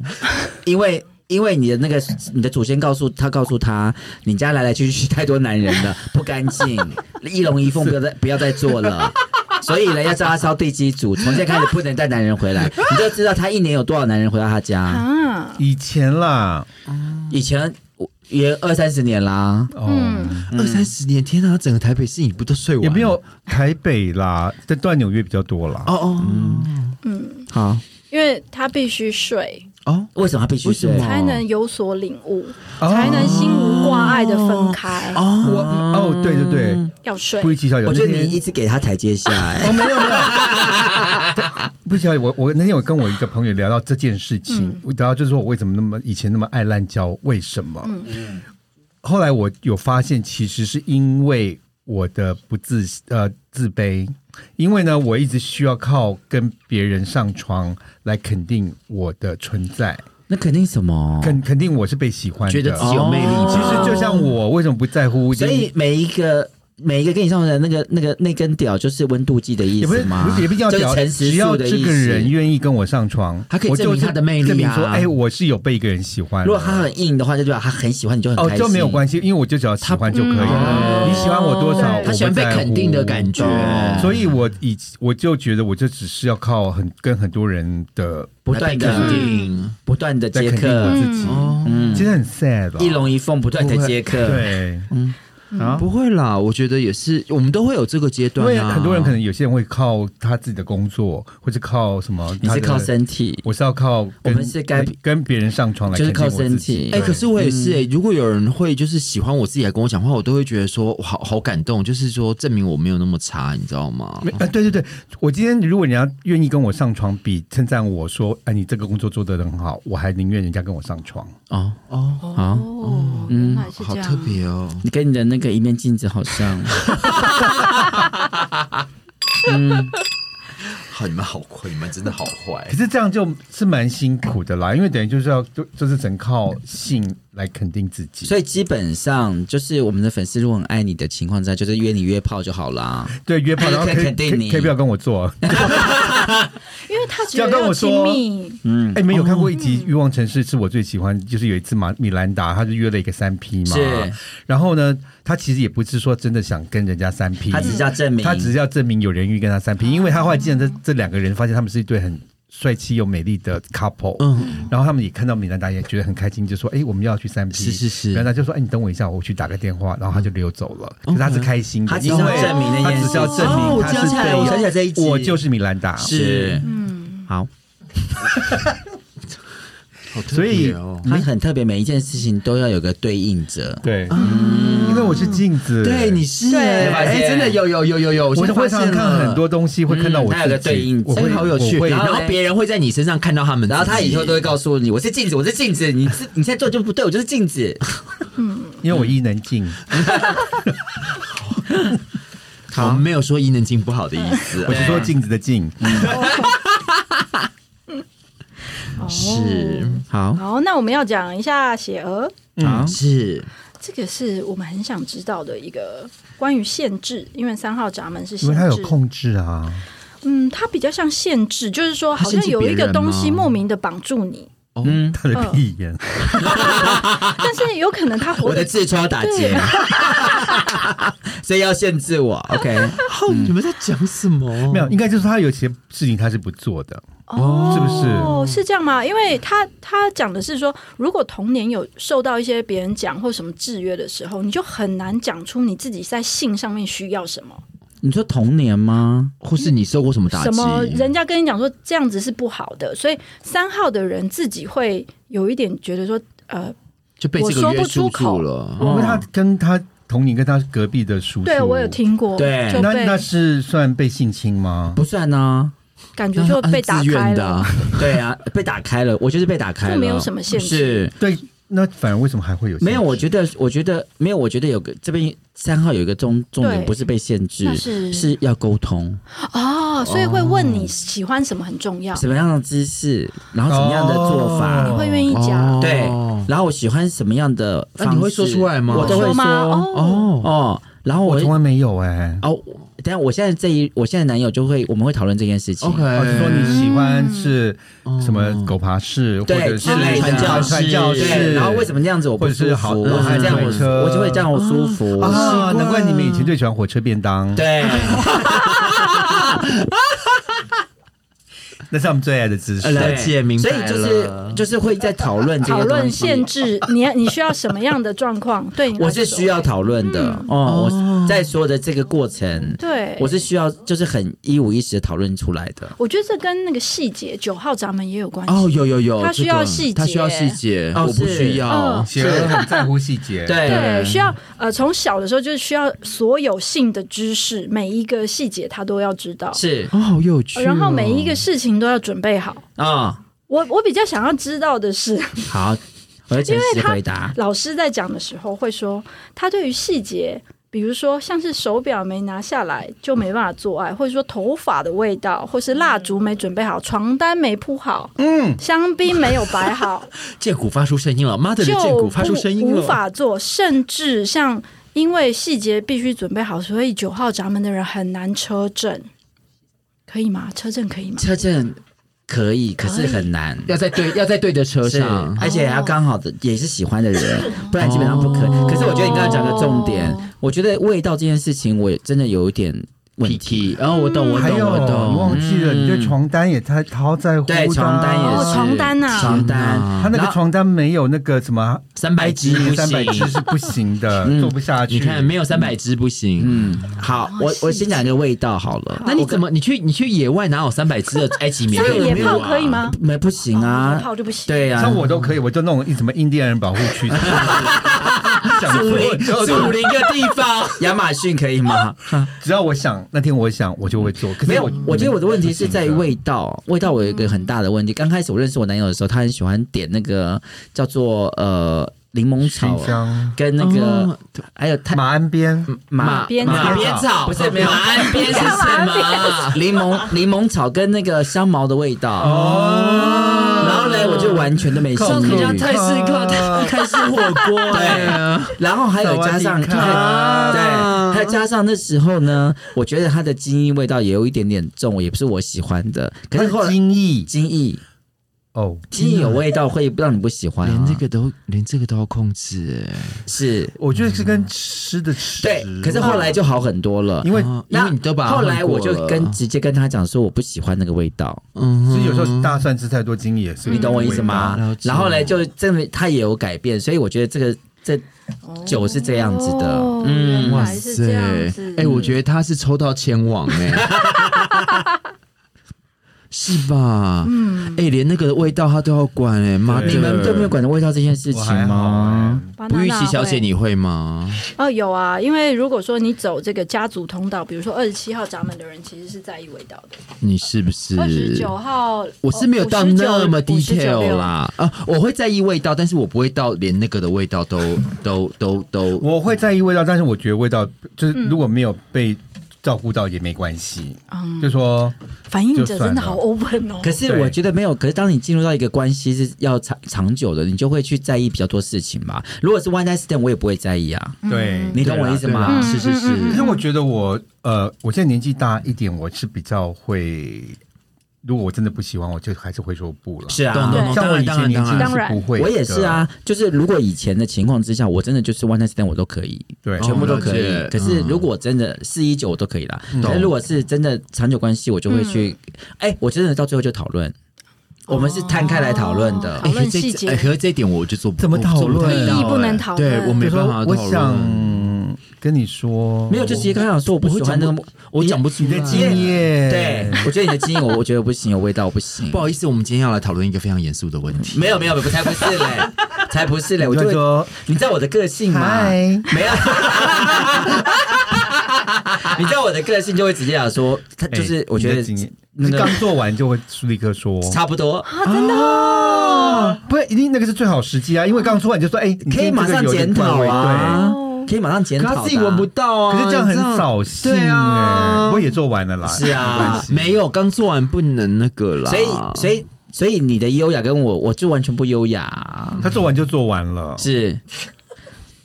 因为。因为你的那个，你的祖先告诉他，告诉他，你家来来去去太多男人了，不干净，一龙一凤，不要再不要再做了。所以呢，要叫他烧地基组，从现在开始不能带男人回来，你就知道他一年有多少男人回到他家。
啊，
以前啦，
以前我也二三十年啦，
哦，
二三十年，天哪！整个台北市你不都睡完
也
了？
没有台北啦，在断纽约比较多啦。
哦哦、
好，
因为他必须睡，
哦，
为什么他必须
为什
睡？
么
才能有所领悟，
哦
才能心无挂碍的分开。
我哦，对对对，
要睡
不，一起小姐，
我觉得
那天
你一直给他台阶下、哎
哦，没有 没有。不晓得我我那天我跟我一个朋友聊到这件事情，我聊到就是说我为什么那么以前那么爱滥交，为什么？后来我有发现，其实是因为我的不自呃自卑，因为呢，我一直需要靠跟别人上床来肯定我的存在，
那肯定什么？
肯肯定我是被喜欢的，
觉哦得自己有魅力。
其实就像我为什么不在乎，
哦所以每一个每一个跟你上床的那个那个那根屌就是温度计的意
也不
思
是
吗
不？是也不一定要
就是
屌
诚实
只要
数的
这
意
个人
思。
愿意跟我上床，
他可以
我
证明
就是
他的魅力啊
证明说，哎，我是有被一个人喜欢的。
如果他很硬的话，就代表他很喜欢你，就很
哦，
开心。
这没有关系，因为我就只要喜欢就可以了。
嗯
你喜欢我多少，
对
我
他喜欢被肯定的感
觉。
觉，
懂
所以我以我就觉得，我就只是要靠很跟很多人的
不断
来被肯
的
定。
不断的
在
接
肯定我
客，
自己，
啊嗯，
其实很 sad 啦
一龙一凤不断的接客，嗯
对，
不会啦，我觉得也是，我们都会有这个阶
因
段、啊。
为很多人可能有些人会靠他自己的工作，或是靠什么，
你
他
是
的
靠身体，
我是要靠跟，哎
我们是该
跟别人上床来
就
肯
是
定我
靠
自己，
身体。
哎、可是我也是哎、如果有人会就是喜欢我自己来跟我讲话，我都会觉得说，我好好感动，就是说证明我没有那么差，你知道吗
没？啊、对对对，我今天如果人家愿意跟我上床比，称赞我说，哎，你这个工作做得很好，我还宁愿人家跟我上床。
哦，
哦，
好，
哦，
嗯
原来是
好
这样，
特别哦。
你跟你的那个一面镜子好 像。
好，你们好坏，你们真的好坏
哎
可。是这样就是蛮辛苦的啦，因为等于就是要就就是只能靠性来肯定自己。
所以基本上就是我们的粉丝如果很爱你的情况下，就是约你约炮就好啦。
对，约炮
他就
然后
可以
可以
肯定
可
你
以可以不要跟我做。
因为他只
这样跟
要
我说
亲密，
嗯
哎、你们有看过一集《欲望城市》是我最喜欢，就是有一次马米兰达，他就约了一个三 P 嘛
是，
然后呢，他其实也不是说真的想跟人家三 P，
他只是要证明，
他只是要证明有人愿意跟他三
啊
P，因为他后来见这这两个人，发现他们是一对很帅气又美丽的 couple，嗯，然后他们也看到米兰达也觉得很开心，就说：“哎、我们要去三 P。”
是是是
米兰达就说：“哎、你等我一下，我去打个电话。”然后他就溜走了，可是他是开心的，
嗯他只
因
要
为
证明那
他
件事
只是要证
哦
明
我
他
想
是
起来了我想起来这一
对
集
的，我就是米兰达，
是
嗯，
好，
好特
所以
别哦
他很特别，每一件事情都要有个对应者。
对，因为我是镜子，
对，你。是
对
哎、哎真的有有有有有，
我是
现在
会
发
常
现
常看
了
很多东西，会看到我
嗯它有个
自
对应
己，我
哎
会
好有趣，
我会
然后别人会在你身上看到他们，
然后他以后都会告诉你，我是镜子，我是镜子，你是你现在做就不对，我就是镜子。
因为我伊能静，
好，我们没有说伊能静不好的意思
我，是说镜子的镜。
嗯
哦
是
好，
好，那我们要讲一下写鹅，
好，
是
这个是我们很想知道的一个关于限制，因为三号闸门是
因
限
为他有
制，
控制啊，
嗯，它比较像限制，就是说
它
好像
限制
有一
别
个
人
东西
吗
莫名的绑住你，
嗯，
哦他的屁眼，
但是有可能他活
我的
得
痔疮打结， 所以要限制我。OK，
好，你们在讲什么？
没有，应该就是他有些事情他是不做的，
哦，
是不是？
是这样吗？因为他他讲的是说，如果童年有受到一些别人讲或什么制约的时候，你就很难讲出你自己在性上面需要什么，
你说童年吗？
或是你受过什么打击？嗯
什么人家跟你讲说这样子是不好的，所以三号的人自己会有一点觉得说，呃，
就被这
我说
个约
不出
束
口
住了。
因为他跟他童年跟他隔壁的叔叔，
对我有，听过，
对
就
那
被
那是算被性侵吗？
不算呢、啊
感觉就被打
自
开
愿的
了，
啊，
对啊，被打开了，我就是被打开了，
就没有什么限制
是
对，那反而为什么还会有限制？
没有，我觉得，我觉得没有，我觉得有个这边三号有一个重重点，
对
不是被限制
那，是
是要沟通，
啊
哦，所以会问你喜欢什么很重要，
什么样的姿势，然后什么样的做法，
你会愿意讲
哦
对，然后我喜欢什么样的
那
方
你
式，
会说出来吗
我都会
说吗哦
哦，
哦，然后
我
我
从来没有哎。
哦，等一下我现在这一，我现在男友就会，我们会讨论这件事情。
OK，
哦，就说你喜欢是什么狗爬式，或
嗯对
者是
之类的
传教
传
传
教
教
士
对，
士，
然后为什么那样子我不
或者
舒
是好
服？
嗯
我这样我
火车
我就会这样我舒服。
哦
啊？难怪你们以前最喜欢火车便当，
对，
啊
那是他们最爱的姿势。
呃
了解明白
所以就是
了
就是会在讨论这
讨
个
论
东西
限制， 你你需要什么样的状 况？对你来
我是
说
需要讨论的哦。我在说的这个过程，
嗯对，
我是需要就是很一五一十的讨论出来的。
我觉得这跟那个细节九号闸门也有关系。
哦，有有有，
他需要细节
他需要细节，
哦
我不需要
嗯。
喜儿很在乎细 节，
对，需要呃，从小的时候就是需要所有性的知识，每一个细节他都要知道，呃
是
哦，好有趣哦。
然后每一个事情都要准备好。
啊，
我我比较想要知道的是，
好，我要诚实
因为他
回答。
老师在讲的时候会说，他对于细节，比如说像是手表没拿下来就没办法做爱，或者说头发的味道，或是蜡烛没准备好，床单没铺好，嗯，香槟没有摆好，
剑骨发出声音了，妈的，
就
剑骨发出声音
无
了。
法做，甚至像因为细节必须准备好，所以九号闸门的人很难车震，可以吗？车震可以吗？
车震可以，可是
可以
很难。
要在对要在对的车
是哦
上，，
而且要刚好的也是喜欢的人，不然基本上不可。
哦
可是我觉得你刚刚讲的重点，我觉得味道这件事情，我真的有一点问
P
题。
T，然后哦我懂，
嗯
我
还
懂，
有
我
你
懂。
忘记了，你对床单也太超在乎的啊，
对，床单也
哦
是，
床单啊
床单
嗯
他那个床单没有那个什么
三百只不
三百只
行，
是不行的，做不下去。
你看没有三百只不行。
嗯，好，我我先讲一个味道好了。
那你怎么你去你去野外哪有三百只的埃及棉
那个
被？
野炮可以？吗？
没不行啊
野，炮就不行。
对啊，
像 我都可以，我就弄一什么印第安人保护区，想
树
做
林
就
树林个地方， 亚马逊可以吗？
只要我想，那天我想我就会做。可是
没有
我，
我觉得我的问题是在于味道。味道我有一个很大的问题。刚开始我认识我男友的时候，他很喜欢点那个叫做呃柠檬
熏
草，
香
跟那个
哦
还有太
马鞍边，
马
边草
马边草，不是没有马鞍边是什么？ 柠檬柠檬草跟那个香茅的味道。哦，然后呢，我就完全都没
靠
兴
靠
趣。
泰式靠
泰式火锅哎，
然后还有加上
萨瓦迪卡
对，还有加上那时候呢，我觉得它的精益味道也有一点点重，我也不是我喜欢的。 可是后来
精益
精益
哦，
精益有味道会让你不喜欢、啊，
连这个都连这个都要控制哎。
是
我觉得是跟吃的吃
对，可是后来就好很多了。
因为
哦因
那
为你都把它
后来
换过
我就
了
跟直接跟他讲说我不喜欢那个味道，
嗯
其
哼
实有时候大蒜吃太多精益也是，
你懂我意思？吗
了？解
然后呢，就真的他也有改变，所以我觉得这个这
哦
酒是这样子的，
哦
嗯
原，来是这样子。
哎、我觉得他是抽到前网 哎、是吧？嗯，哎、连那个味道他都要管哎、妈的！
你们都没有管到味道这件事
我
情
还好
吗？
哎，
巴
不
拿
预
纳
期小姐，
会
你会吗？
哦，有啊，因为如果说你走这个家族通道，比如说二十七号闸门的人，其实是在意味道的。
你是不
哦
是？
二十九号，哦
我是没有到那么 detail
啦。
啦，啊，我会在意味道，但是我不会到连那个的味道都 都都都。
我会在意味道，但是我觉得味道就是如果没有被照顾到也没关系，
嗯
就说
反应者真的好 open 哦。
可是
对
我觉得没有，可是当你进入到一个关系是要长长久的，你就会去在意比较多事情吧。如果是 one night stand，我也不会在意啊。
对，
你懂我意思吗
对啦啊
嗯
是是是，
可是我觉得我呃，我现在年纪大一点，我是比较会，如果我真的不喜欢，我就还是会说不了。
是啊，
懂懂懂，
对
像
当
我
然
以
当
前
然
年
当
纪
然，
是不会，
我也是，啊，就是如果以前的情况之下，我真的就是 one night stand 我都可以，
对
全部都可以
哦了。解
可是
嗯
如果真的四一九我都可以啦，可
懂
是如果是真的长久关系，我就会去，哎，我真的到最后就讨论，我们是摊开来讨论的
讨。
哎可
论
是
细
这哎
节，
可是这一点我就做不
怎么讨论
我做太到
利益不能
哎
讨论
对我没
就
办法
说
讨
我
论。
想跟你说，
没有，就直接跟他讲说我不喜欢那个，
我讲不出
你的经
来。
验，
对，我觉得你的基因我我觉得不行，有味道我 不行
不。好意思，我们今天要来讨论一个非常严肃的问题。
没有没有，才不是 嘞，才不是嘞，我
我
就
就
会
说
你知道我的个性吗？
嗨
没有， 你知道我的个性就会直接讲说，他
哎
就是我觉
你的经
得
验
那
你
个
刚做完就会立刻说，
差不多，
啊不一定那个是最好时机啊，因为刚做完就说，哎，你
可以
今天这
马
个
上
有点
检讨
怪味
啊，可以马上检
可
讨的啊。
他自己闻不到
对，
啊，
可是这样很扫兴
对
哎
啊，
我也做完了啦，
是啊
没关系
欸没有刚做完不能那个啦，
所以，所以，所以你的优雅跟我，我就完全不优雅，
他做完就做完了，
是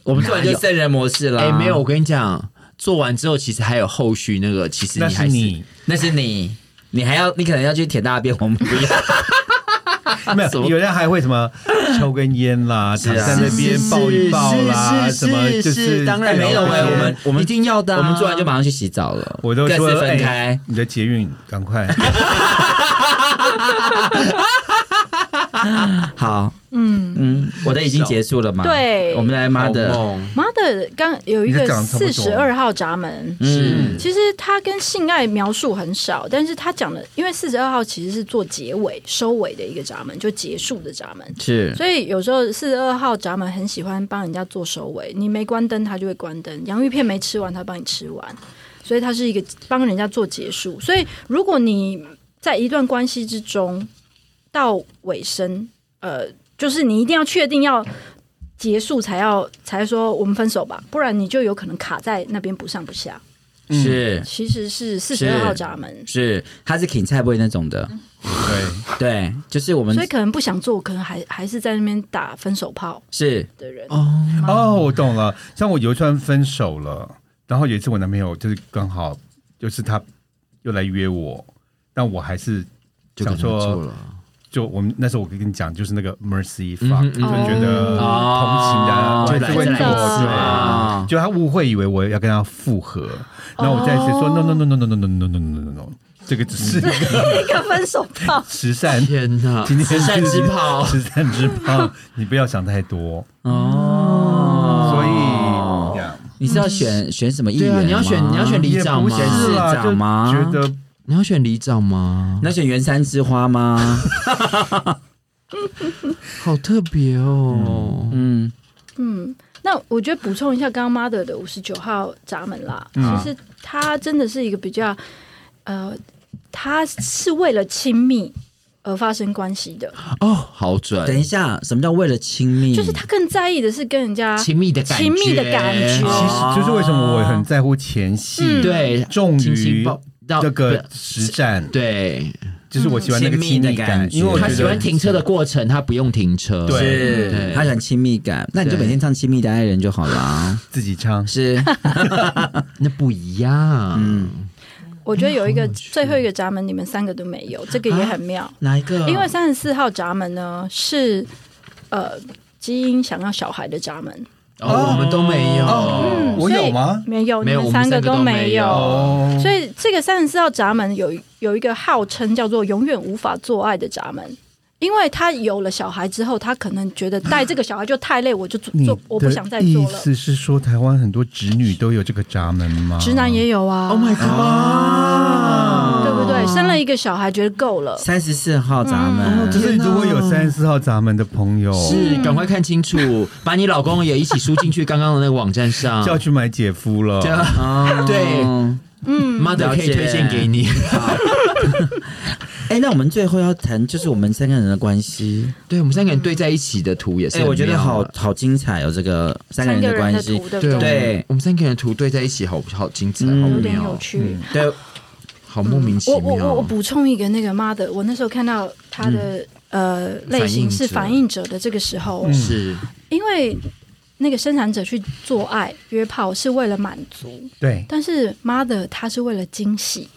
我们做完就圣人模式了。
啊
哎、没有，我，跟你讲，做完之后其实还有后续那个，其实
那
你还
是
是
你
那是你，你还要，你可能要去舔大便，我们不要。
没
什
有，
么
有人还会什么抽根烟 啦，
啊
躺在那边抱一抱啦，什么就是
当然
聊
啊
没有哎、
天
我们我们一定要的、啊
我们做完就马上去洗澡了，
我都
各
说
自分
哎
开。
你的捷运赶 快，
好，
嗯，
嗯，我的已经结束了嘛？
对
我们来妈的，
梦
妈的，刚有一
你
个
在讲差不多
四十二号闸门。
嗯，
其实他跟性爱描述很少，但是他讲的，因为四十二号其实是做结尾、收尾的一个闸门，就结束的闸门。
是
所以有时候四十二号闸门很喜欢帮人家做收尾，你没关灯，他就会关灯；洋芋片没吃完，他帮你吃完。所以它是一个帮人家做结束。所以如果你在一段关系之中到尾声，呃，就是你一定要确定要结束才要才说我们分手吧，不然你就有可能卡在那边不上不下。
是
其实是四十二号闸门，
是，他是芹菜味那种的，
对，
对，就是我们
所以可能不想做，可能还还是在那边打分手炮
是
的人。
哦，
哦，我懂了，像我有一段分手了，然后有一次我男朋友就是刚好就是他又来约我，但我还是
就跟
想
他做
说，
了，
就我们那时候我跟你讲，就是那个 mercy fuck，
嗯
就觉得
哦
同情的，我还是会
就来
做
再来一次
对。
啊，
就他误会以为我要跟他复合，然后我再一次说
哦
no no no no no no no no no no no no，这个只是一个，
一个分手炮
慈善，
天哪，
今天
慈善之 炮，
慈善之炮，你不要想太多。
哦，
所以呀
你是要选选什么议
对
员
啊
吗？
你要选你要选里长
也不
吗？
是啊啦，
市
就
长吗
觉得
你要选里长吗？
那选原山之花 吗？
好特别哦，
嗯，
嗯，那我觉得补充一下刚刚 mother 的五十九号闸门啦，
嗯
其实它真的是一个比较，呃，它是为了亲密而发生关系的，
哦，好准，
等一下，什么叫为了亲密？
就是他更在意的是跟人家
亲密的感觉，哦
亲密的感觉
其实就是为什么我很在乎前戏，
嗯
对，
重
亲
于
亲抱到
这个实战，
对，
就是我喜欢那个
亲密
亲
的
密
感
感，
觉
因为我
他
觉
喜
得
欢停车的过程，他不用停车。
对
是
对
他想亲密感，那你就每天唱《亲密的爱人》就好了啊。
自己唱。
是，
那不一样。嗯，
我觉得有一个最后一个闸门，你们三个都没
啊
有，这个也很妙。
哪一
嗯
个？
因为三十四号闸门呢是呃基因想要小孩的闸门，
哦，我们都没有。
嗯
哦我有吗？
哦没有，
没有
你
我
们
们
三个
三个
都
都
没
没有
哦
所以这个三十四号闸门有有一个号称叫做“永远无法做爱”的闸门。因为他有了小孩之后，他可能觉得带这个小孩就太累，我就做
你
做我不想再
的
做
意
了。
思是说，台湾很多直女都有这个闸门吗？
直男也有啊
Oh my god！
对不对？生了一个小孩觉得够了，
三十四号闸
哦，
嗯
门，
就是如果有三十四号闸门的朋友，
是，赶快看清楚，把你老公也一起输进去刚刚的那个网站上
就。要去买姐夫了。
就
哦
对
嗯，
妈的，可以推荐给你。
哎，那我们最后要谈就是我们三个人的关系。
对我们三个人对在一起的图也是
哎，
很妙啊，
我觉得好好精彩哦，这个三个人的关系
图，。对不
对
对？
对
我们三个人的图对在一起，好好精彩，好
嗯有点有
妙，
趣。嗯
对，
好莫名其
我我我我
妙。
补充一个那个妈的，我那时候看到他的呃类型是
反
反
应
应者的这个时候，
是，
因为那个生产者去做爱约炮是为了满
嗯
足，
对，
但是 mother 她是为了惊喜，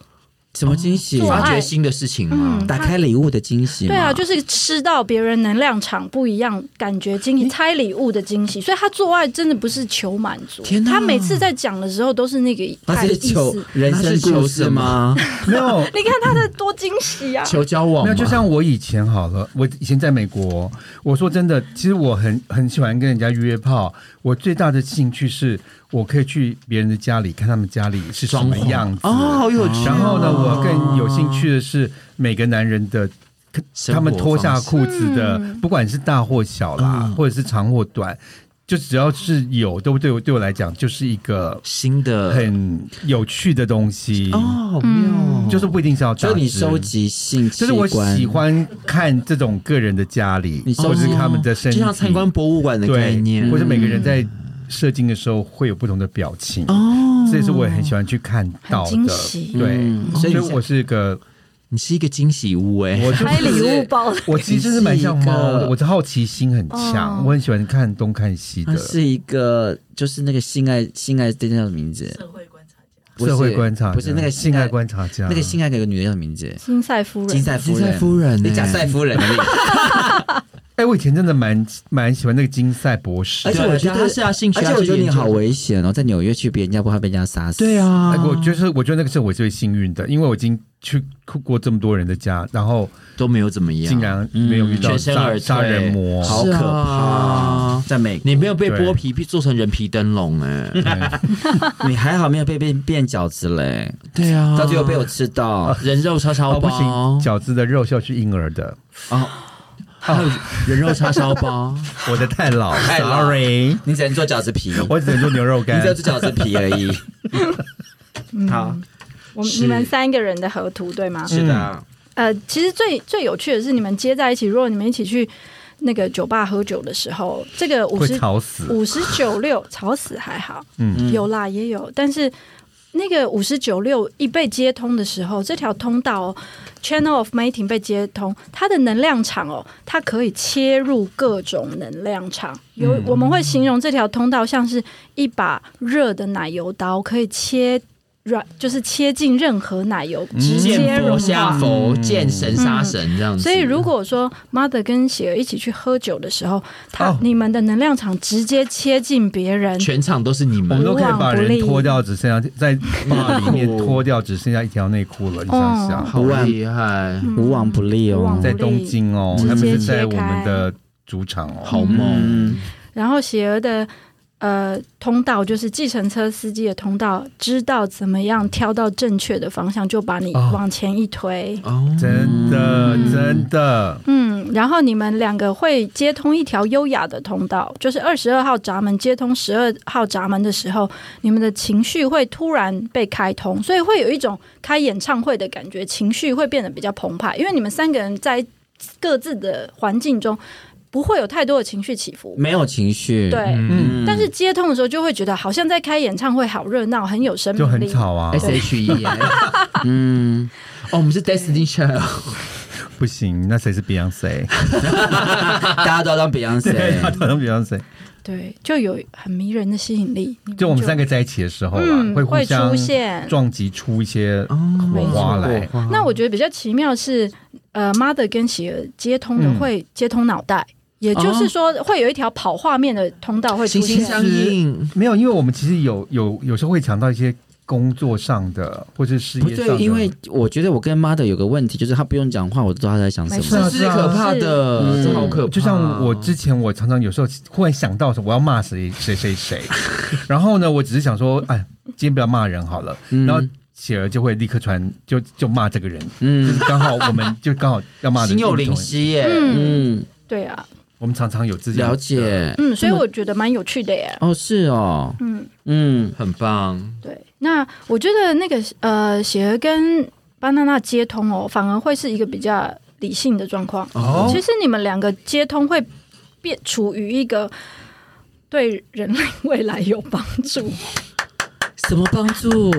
什么惊喜？
做爱
发掘新的事情吗？
嗯
打开礼物的惊喜嘛。
对啊，就是吃到别人能量场不一样，感觉惊喜，拆礼物的惊喜，所以她做爱真的不是求满足
天，哪
她每次在讲的时候都是那个
那
她的
是
意
求
思。
人生故事吗？
没有
你看她的多惊喜啊！
求交往
没
吗，
有，就像我以前好了，我以前在美国，我说真的，其实我很很喜欢跟人家约炮。我最大的兴趣是我可以去别人的家里看他们家里是什
装
么
潢
样子。
哦，好有趣哦。
然后呢，我更有兴趣的是每个男人的
生
他
活
们脱下
方式
裤子的，不管是大或小啦，
嗯
或者是长或短，就只要是有，都对我对我来讲就是一个
新的
很有趣的东西，
哦，好妙哦，
嗯就是不一定是要大
所
只。
以你收集性器
就是我
官，
喜欢看这种个人的家里
你，哦收
或者是他们的身
就
体，
像参观博物馆的概念嗯
对，或者每个
嗯
人在射精的时候会有不同的表情，
哦，
这也是我也很喜欢去看到
很惊
的
喜。
对，
嗯
所
所以
以
你
我是个，
你是一个惊喜屋哎、
我 就
开礼物包，
我其实是蛮像猫的，我的好奇心很
哦
强，我很喜欢看东看西
它
的。
啊是一个就是那个性爱性爱这叫什么名字？
社会观察家，
不是
社会观察家
不是那个
性爱观察家，
那个性爱那个女的叫什么名字？
金赛夫人，
金赛夫人。
夫人欸
你讲赛 夫人，
哎，我以前真的蛮蛮喜欢那个金赛博士
而，且
对
啊我觉得
他是要兴趣
而且
要去
我觉得你
研究
好危险哦，在纽约去别人家，不怕被人家杀死。
对，啊
哎，，我就是我觉得那个是我最幸运的，因为我已经去过这么多人的家，然后
都没有怎么样，
竟然没有遇到
嗯
全身
杀
而
杀
退
人魔，
好
是
可
啊
怕，在美 国
你没有被
对
剥皮做成人皮灯笼哎、
你还好没有被变变饺子嘞，
对啊，
到最后被我吃到。
人肉叉烧
哦，不
包，
行，饺子的肉是要去婴儿 的，
哦，还有人肉叉烧包，
我的太老
老
，sorry，
你只能做饺 子皮，你
我只能做牛肉干
只有。做饺子皮而已。好，
我们你们三个人的合图对吗？
是的，
呃，其实最最有趣的是你们接在一起，如果你们一起去那个酒吧喝酒的时候，这个五
会
十
吵死，
五十九六吵死还好，
嗯
有啦也有，但是那个五十九六一被接通的时候，这条通道、哦、Channel of Mating 被接通，它的能量场哦，它可以切入各种能量场。有、我们会形容这条通道像是一把热的奶油刀，可以切软，就是切进任何奶油，直接
见
融
佛下
化。
佛，见神杀神这样子。
嗯所以，如果说 mother 跟喜儿一起去喝酒的时候，他、
哦
你们的能量场直接切进别人，
全场都是你
我
们
们，都可以把人
无往不
脱
利
掉，只剩下在坝里 面脱掉，只剩下一条内裤了。你想想，
好厉害，
无往不利
哦嗯无往
哦
不。
在东京哦，
直接
他们是在
切
我
开
们的主场
好
哦。
猛，
嗯
然后喜儿的呃通道就是计程车司机的通道，知道怎么样挑到正确的方向，就把你
哦
往前一推。
哦，
真的，真的，
嗯，然后你们两个会接通一条优雅的通道，就是二十二号闸门接通十二号闸门的时候，你们的情绪会突然被开通，所以会有一种开演唱会的感觉，情绪会变得比较澎湃，因为你们三个人在各自的环境中不会有太多的情绪起伏。
没有情
啊
绪，
对，
嗯，
但是接通的时候就会觉得好像在开演唱会，好热闹，很有生
就
命
很
力。
吵啊，
S H E，
嗯，
哦，我们是 Destiny Child，
不行，那谁是 Beyonce？
大家都要当 Beyonce
他。当 Beyonce，
对，就有很迷人的吸引力。你们
就我们三个在一起的时候啊
嗯，
互相
会出现
撞啊击出一些
哦
火花来。
那我觉得比较奇妙是，呃，mother 跟喜儿接通的
嗯
会接通脑袋，也就是说会有一条跑画面的通道会出
心心
现。
相印，
没有，因为我们其实有有有时候会讲到一些工作上的或者事
不
业上的，
对，因为我觉得我跟 mother 有个问题，就是她不用讲话，我都知道她在想什
没错
啊
么。
这是可怕的，这好可怕，
嗯就像我之前，我常常有时候忽然想到说我要骂谁谁谁 谁，然后呢，我只是想说，哎，今天不要骂人好了，
嗯
然后。雪儿就会立刻传，就就骂这个人，就
嗯
是刚好我们 就刚好要骂的
心
人
有灵犀耶，
嗯，
嗯，
对啊，
我们常常有自己
了，解。
嗯，所以我觉得蛮有趣的耶。
哦，是哦，
嗯，
嗯，
很棒，
对。那我觉得那个呃，喜儿跟巴娜娜接通哦，反而会是一个比较理性的状况。
哦
其实你们两个接通会变处于一个对人类未来有帮助， 因
什么帮助？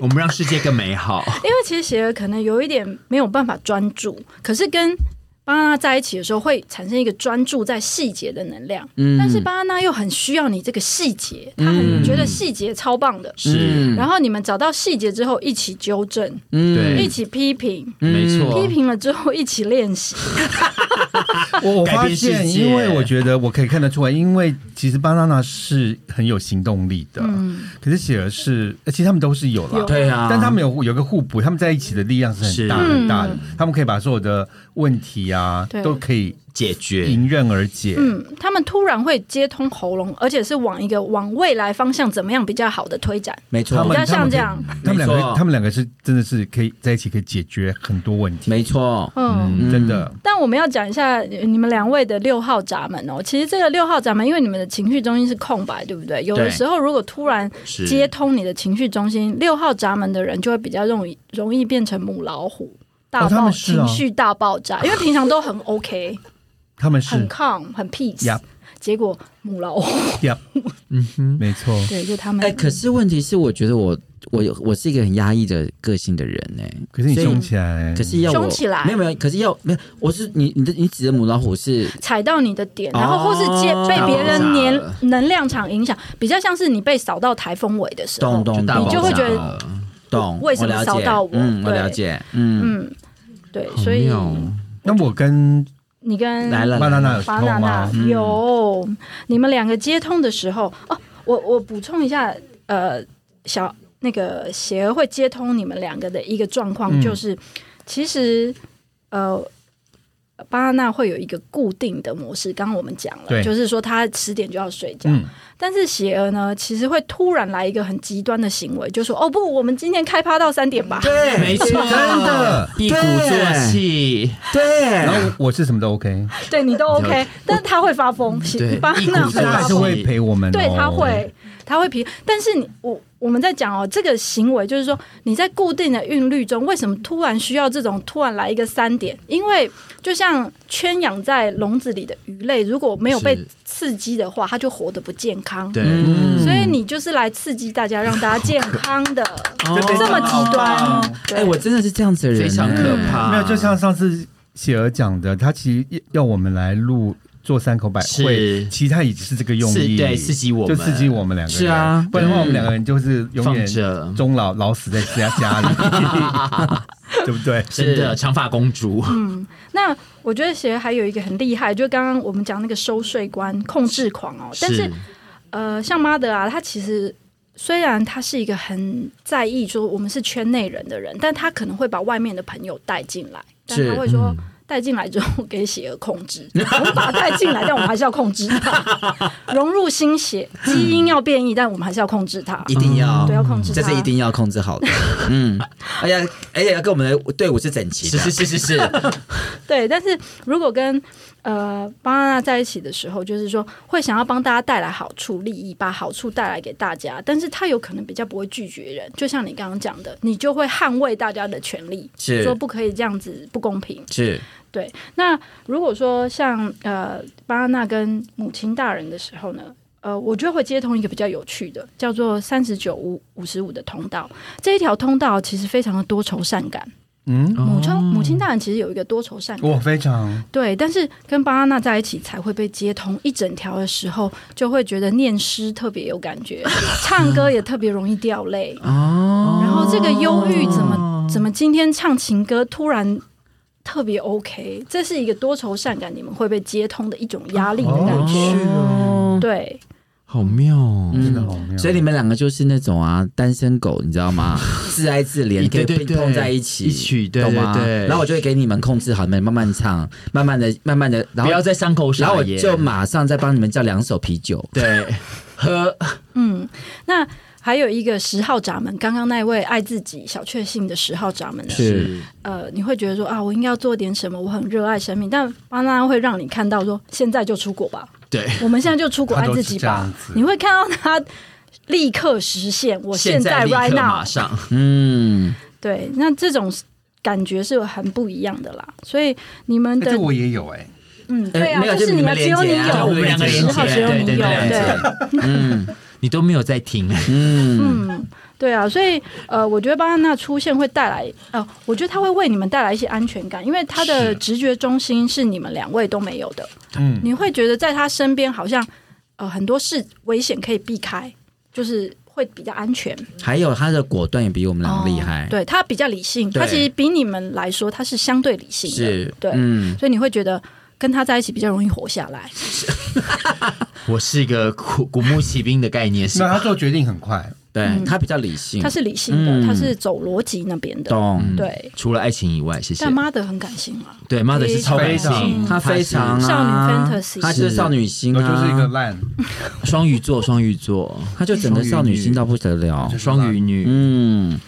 我们让世界更美好，
嗯
为其实邪恶可能有一点没有办法专注，可是跟巴娜娜在一起的时候会产生一个专注在细节的能量，
嗯
但是巴娜娜又很需要你这个细节，她很觉得细节超棒的。
是，
然后你们找到细节之后，一起纠正，
嗯
对
一起批评，
嗯
没错
哦
批，评了之后一起练 习。
我我
改
发
变世
现，
界
因为我觉得我可以看得出来，因为其实巴娜娜是很有行动力的，
嗯
可是雪儿是，呃其实他们都是有啦，
有
对啊，
但他们有有个互补，他们在一起的力量是很大
是
很大的，他们可以把所有的问题啊
嗯对
都可以
解决。
迎刃而解。
嗯，他们突然会接通喉咙，而且是往一个往未来方向怎么样比较好的推展，
没
他
错
比
们，
较像这样。
他们两
没
个
错，
他们两个是真的是可以在一起，可以解决很多问题。
没错，
嗯，
嗯，真的，
但我们要讲一下呃你们两位的六号闸门哦。其实这个六号闸门，因为你们的情绪中心是空白，对不对？有的时候如果突然
是
接通你的情绪中心，六号闸门的人就会比较容易容易变成母老虎。大
他
爆、
们是哦
情绪大爆炸，因为平常都很 OK，
他们
很
是
calm，很 peace，、
Yup
结果母 老虎，
呀，
嗯
没错，
对，就他们。
哎，可是问题是，我觉得我我我是一个很压抑的个性的人哎，
可是你
所以
凶起来，
可是要我
凶起来
没有没有，可是要没有，我是你你的你指的母老虎是
踩到你的点，然后或是接
哦
被别
大爆
人
炸
年
了
能量场影响，比较像是你被扫到台风尾的时候。
懂懂
大
懂，
你就会觉得
爆炸了
懂，
为什么
我了解
骚到我
嗯，我
对
了解，嗯，
嗯，对，
好
所以
妙哦
那我跟
你跟
来了
巴娜娜有啊
巴
沟
嗯娜
通
娜
吗？嗯
有、你们两个接通的时候哦，我我补充一下，呃，小那个邪儿会接通你们两个的一个状况，
嗯
就是、其实呃。巴娜娜会有一个固定的模式，刚刚我们讲了，
对
就是说她十点就要睡觉，
嗯，
但是邪儿呢，其实会突然来一个很极端的行为，就说：“哦不，我们今天开趴到三点吧。”
对，
没错，
真的，
一鼓作气，
然
对，
后我是什么都 OK，
对你都 OK，但是他会发疯，
对
巴
一股
纳
我
所
作
以
会
他
发
还是
疯，
会陪我们哦，
对他会，他会皮。但是你我我们在讲哦，这个行为就是说你在固定的韵律中，为什么突然需要这种突然来一个三点？因为就像圈养在笼子里的鱼类，如果没有被
是
刺激的话，它就活得不健康。
对，
嗯
所以你就是来刺激大家，让大家健康的，
哦
这么极端。对
哎，我真的是这样子的人，
非
啊
常可怕。
没有，就像上次喜儿讲的，他其实要我们来录做三口百
是
会，其实他也是这个用
刺
意，
对刺激我
就
们
刺激我们两个人，
是啊
不然的话我们两个人就是永
放
远
着，
终老老死在家家 里，对不对？
真的长发公主，
嗯 那我觉得其实还有一个很厉害，就刚刚我们讲那个收税官、控制狂哦，但是呃，像妈的啊，他其实虽然他是一个很在意说我们是圈内人的人，但他可能会把外面的朋友带进来，但
是
他会说。带进来之后给邪恶控制， 我们把他带进来，但我们还是要控制他，融入心血，基因要变异，但我们还是要控制他，
一定要
嗯对，要控制他。
这是一定要控制好的， 嗯，而且而且要跟我们的队伍是整齐
是
的，
是是是是，
对，但是如果跟呃巴娜娜在一起的时候，就是说会想要帮大家带来好处、利益，把好处带来给大家，但是他有可能比较不会拒绝人，就像你刚刚讲的，你就会捍卫大家的权利，
是
说不可以这样子不公平。
是
对，那如果说像呃巴娜娜跟母亲大人的时候呢？呃，我觉得会接通一个比较有趣的，叫做三十九五五十五的通道。这一条通道其实非常的多愁善感。
嗯，
母亲、母亲大人其实有一个多愁善感。
我非常
对，但是跟巴娜娜在一起才会被接通一整条的时候，就会觉得念诗特别有感觉，唱歌也特别容易掉泪。
哦，
然后这个忧郁怎么怎么今天唱情歌突然特别 OK，这是一个多愁善感，你们会被接通的一种压力的感觉。
哦，
对，
好妙哦
真的好妙。
所以你们两个就是那种啊，单身狗，你知道吗？ 自爱自怜，可
对
以
对
被
对
碰在一起，
一起对
懂吗
对对
然后我就会给你们控制好，你们慢慢唱，慢慢的，慢慢的，然
不
后
要再伤口
然后
撒
我
盐，
就马上再帮你们叫两手啤酒。
对
喝，
嗯，那还有一个十号闸门，刚刚那位爱自己小确幸的十号闸门呢，
是
呃，你会觉得说啊，我应该要做点什么，我很热爱生命，但巴娜娜会让你看到说，现在就出国吧，
对，
我们现在就出国
他
爱
都
自
是
己
这样
吧
子，
你会看到他立刻实现，我
现
在
立
right
刻马
now，
上，
嗯，
对，那这种感觉是很不一样的啦，所以你们
哎
的
这我也有哎，
嗯，
呃
对啊，
没有
就是
就你
们
们
只有
连
你
结啊
有，
我们两个
十号
连
只
结
有你
对对
有，
对
对。
嗯
你都没有在听，
嗯，
嗯，对啊，所以呃，我觉得巴安娜出现会带来呃，我觉得她会为你们带来一些安全感，因为她的
是
直觉中心是你们两位都没有的。
嗯，
你会觉得在她身边好像呃很多事危险可以避开，就是会比较安全。
还有他的果断也比我们两个厉害，
哦，对她比较理性，
对
她其实比你们来说她是相对理性的，
是，
对，
嗯，
所以你会觉得。跟她在一起比较容易活下来，
我是一个古古墓奇兵的概念是
那
吧？
他做决定很快，
对他比较理性，
嗯他是嗯理性的，
嗯
他是走逻辑那边的，
懂。
对。
除了爱情以外，谢谢
但。妈的很感性啊，
对妈的是超感
非
性，
常
他非常
少女
啊
fantasy
他就是少女
嗯
心
我
啊，
就是一个烂，
双鱼座，双鱼座，
他就整个少女心到不得了。
双鱼女，
嗯，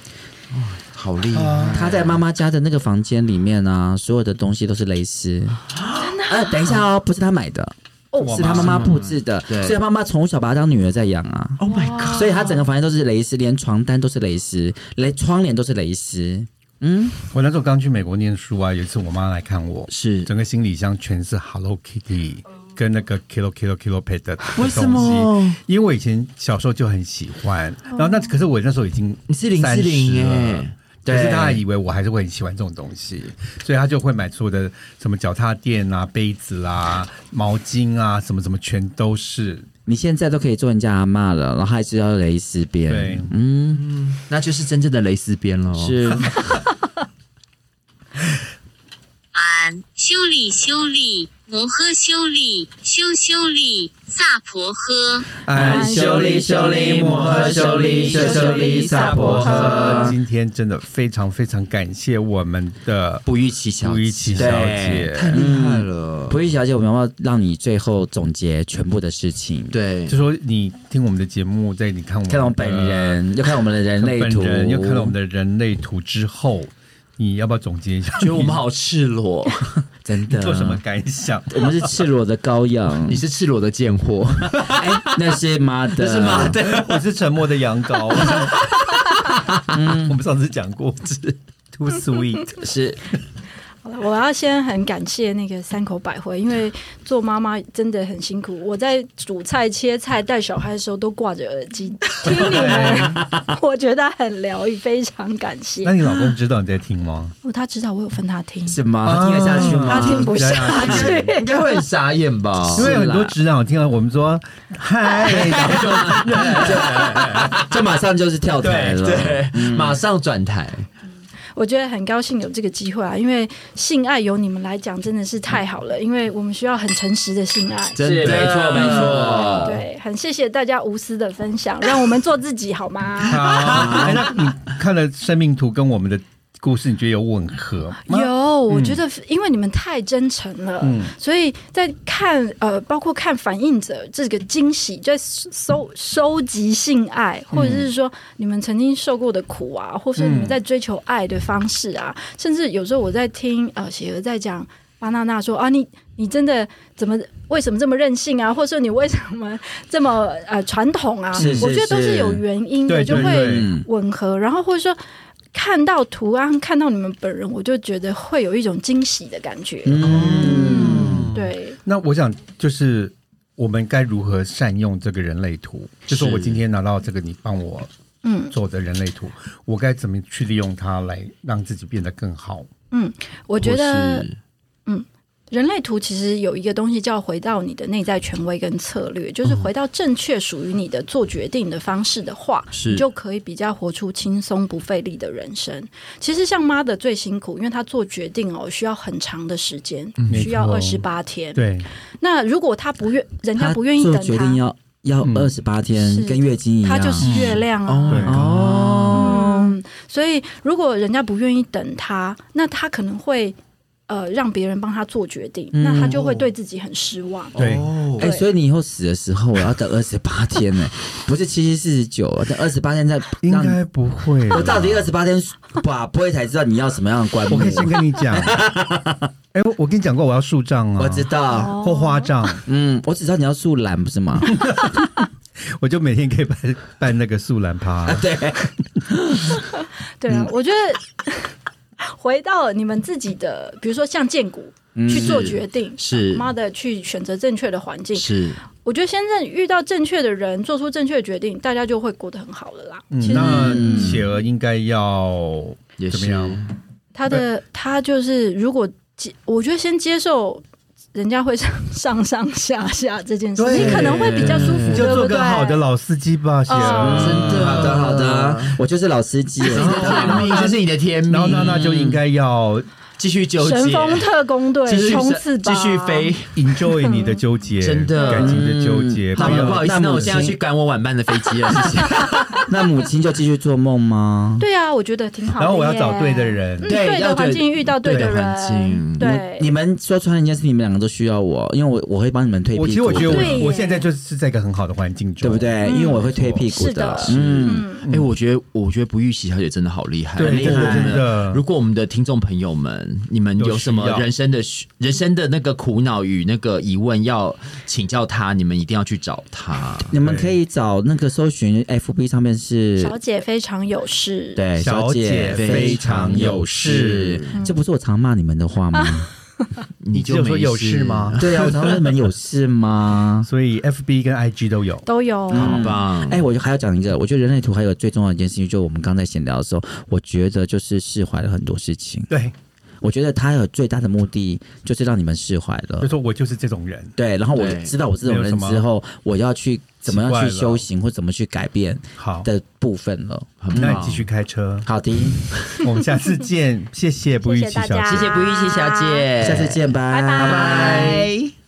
好厉害！
他在妈妈家的那个房间里面啊，所有的东西都是蕾丝。
啊
呃，等一下哦，不是他买的，
哦
我
是他妈妈布置的，
对
所以他妈妈从小把他当女儿在养啊。
Oh my god！
所以他整个房间都是蕾丝，连床单都是蕾丝，连窗帘都是蕾丝。
我那时候刚去美国念书啊，有一次我妈来看我，
是
整个行李箱全是 Hello Kitty 跟那个 Kilo Kilo Kilo Pet 的
为
东
什
西
么，
因为我以前小时候就很喜欢，然后那可是我那时候已经
你是林志玲哎
哎。可是
对
他还以为我还是会很喜欢这种东西，所以他就会买所有的什么脚踏垫啊、杯子啊、毛巾啊，什么什么全都是。
你现在都可以做人家阿嬷了，然后还是要蕾丝边。
对，
嗯，
那就是真正的蕾丝边喽。
是
俺修理修理摩诃修理修修理萨婆诃。
哎，
修理修理摩诃修理修修理萨婆诃
今天真的非常非常感谢我们的
不预期小姐，
吴一琪小姐，
太厉害了。
不玉小姐，我们要不要让你最后总结全部的事情？，
对
就，说你听我们的节目，在你看我们
看到我们
的
本人，又看我们的人
呃看
类
本
图，
人又看到我们的人类图之后，你要不要总结一下？
觉得我们好赤裸，
真 的
做什么？感 想？
我们是赤裸的羔羊
你，是赤裸的贱货，
哎，那是妈的，
那是妈的。
我是沉默的羊 羔。我们上次讲过是 too sweet，
是
好了，我要先很感谢那个三口百惠，因为做妈妈真的很辛苦。我在煮菜、切菜、带小孩的时候都挂着耳机听你们， 我觉得很疗愈，非常感谢
那。你老公知道你在听吗？
哦，他知道我有分他听，
是吗？他听得下去吗？
他
啊
听不下去。
应该会很傻眼吧？
因为
是啦
很多直男我听到我们说 嗨，哎然后就
这马上就是跳台
对
了。
对，马上转台，
我觉得很高兴有这个机会啊，因为性爱由你们来讲真的是太好了，因为我们需要很诚实的性爱。
真
是
的
没错没错。
对，很谢谢大家无私的分享，让我们做自己好吗？
好。哎那你看了生命图跟我们的故事，你觉得有吻合吗？
有，我觉得
嗯
因为你们太真诚了，所以在看呃，包括看反应者这个惊喜，在收收集性爱，或者是说你们曾经受过的苦啊，或是你
嗯
们在追求爱的方式啊，甚至有时候我在听呃，企鹅在讲巴娜娜说啊，你你真的怎么为什么这么任性啊，或是你为什么这么呃传统啊？
是是
我觉得都
是
是有原因的，
对
就
对
会
对
嗯，
吻合，然后或者说看到图案、看到你们本人，我就觉得会有一种惊喜的感觉。
嗯
嗯，对，
那我想就是我们该如何善用这个人类图？就是我今天拿到这个你帮我
嗯
做的人类图，我该怎么去利用它来让自己变得更好？
嗯，我
我
觉得人类图其实有一个东西叫回到你的内在权威跟策略，就是回到正确属于你的做决定的方式的话，
是
你就可以比较活出轻松不费力的人生。其实像妈的最辛苦，因为她做决定哦需要很长的时间，
没
需要
错
二十八天。
对，
那如果她不愿，人家
他
不愿意
做
等
决定要要
嗯
二十八天
是，
跟月经一
她
样。
就是月亮啊。
对
哦，
嗯，所以如果人家不愿意等他，那他可能会呃让别人帮他做决定，那他就会对自己很失望。
对，
哎，
对
所以你以后死的时候，我要等二十八天 呢，不是七七四十九，等二十八天再
应
让
该不会啦。
我到底二十八天把不会才知道你要什么样的棺木
我可以。先跟你 讲，哎，我我跟你讲过我要哦树葬啊，
我知
哦
道，
或花葬，
嗯，我只知道你要素懒，不 是吗？
我就每天可以办办那个素兰 趴。
啊对，
对啊，我觉得 回到你们自己的，比如说像建股。去做决定，啊
是
妈的，去选择正确的环境。
是
我觉得先认遇到正确的人，做出正确的决定，大家就会过得很好了啦。
嗯
其实
那企鹅应该要
也
怎么
是
样？
他的他就是，如果接，我觉得先接受人家会上上上下下这件事，
对
你可能会比较舒服，
你就
对
做
不对？
个好的老司机吧，企
哦
鹅。
真的，好的，好的，
嗯
我就是老司 机，我知道
天命，这是你的天命。
然后娜娜就应该要
继续纠结，
神风特工队
继续
冲刺吧，
继续飞。
enjoy 你的纠结，
真的
感情的纠结，
好
不
了，不
要
好意思，
那
那我
母
现在要
亲
去赶我晚班的飞机了，谢谢。
那母亲就继续做梦吗？
对啊，我觉得挺好的耶。
然后我要找对的人
嗯，
对
对
要
的环
对
境遇到对
对
的
的环境
人，对
你你们说穿了一件事，你们两个都需要我，因为我我会帮你们推屁股
我
的，
其实我嗯觉得
对耶
我我现在就是在一个很好的环境中，
对不？对？因为我会推屁股
是的
嗯，
哎、我觉得，我觉得不玉玺小姐真的好厉害，
对
很厉
真的
害
真的
如果我们的听众朋友们，你们有什么
有需要
人生的需人生的那个苦恼与那个疑问要请教她，你们一定要去找她。
你们可以找那个搜寻 FB 上面是
小姐非常有事。
对，
小
小姐
姐非
常
常
有
有
事
事，
这不是我常骂你们的话吗？
你
只有说
没
有事 吗？
对啊，我常说你们有事吗？
所以 FB 跟 IG 都有，
都有。
嗯好棒！
哎、我就还要讲一个，我觉得人类图还有最重要的一件事情，就我们刚才闲聊的时候，我觉得就是释怀了很多事情。
对，
我觉得它有最大的目的就是让你们释怀了
就。说我就是这种人，
对，然后我
对
知道我这种
没有
人
什么
之后，我要去怎么样去
奇怪了
修行或怎么去改变
好。
的部分了。
很
那
棒
你继续开车，
好的，
我们下次见，谢谢不预期小
谢谢大
姐
家。
谢谢不玉玺小姐，
下次见，
拜拜
拜
拜。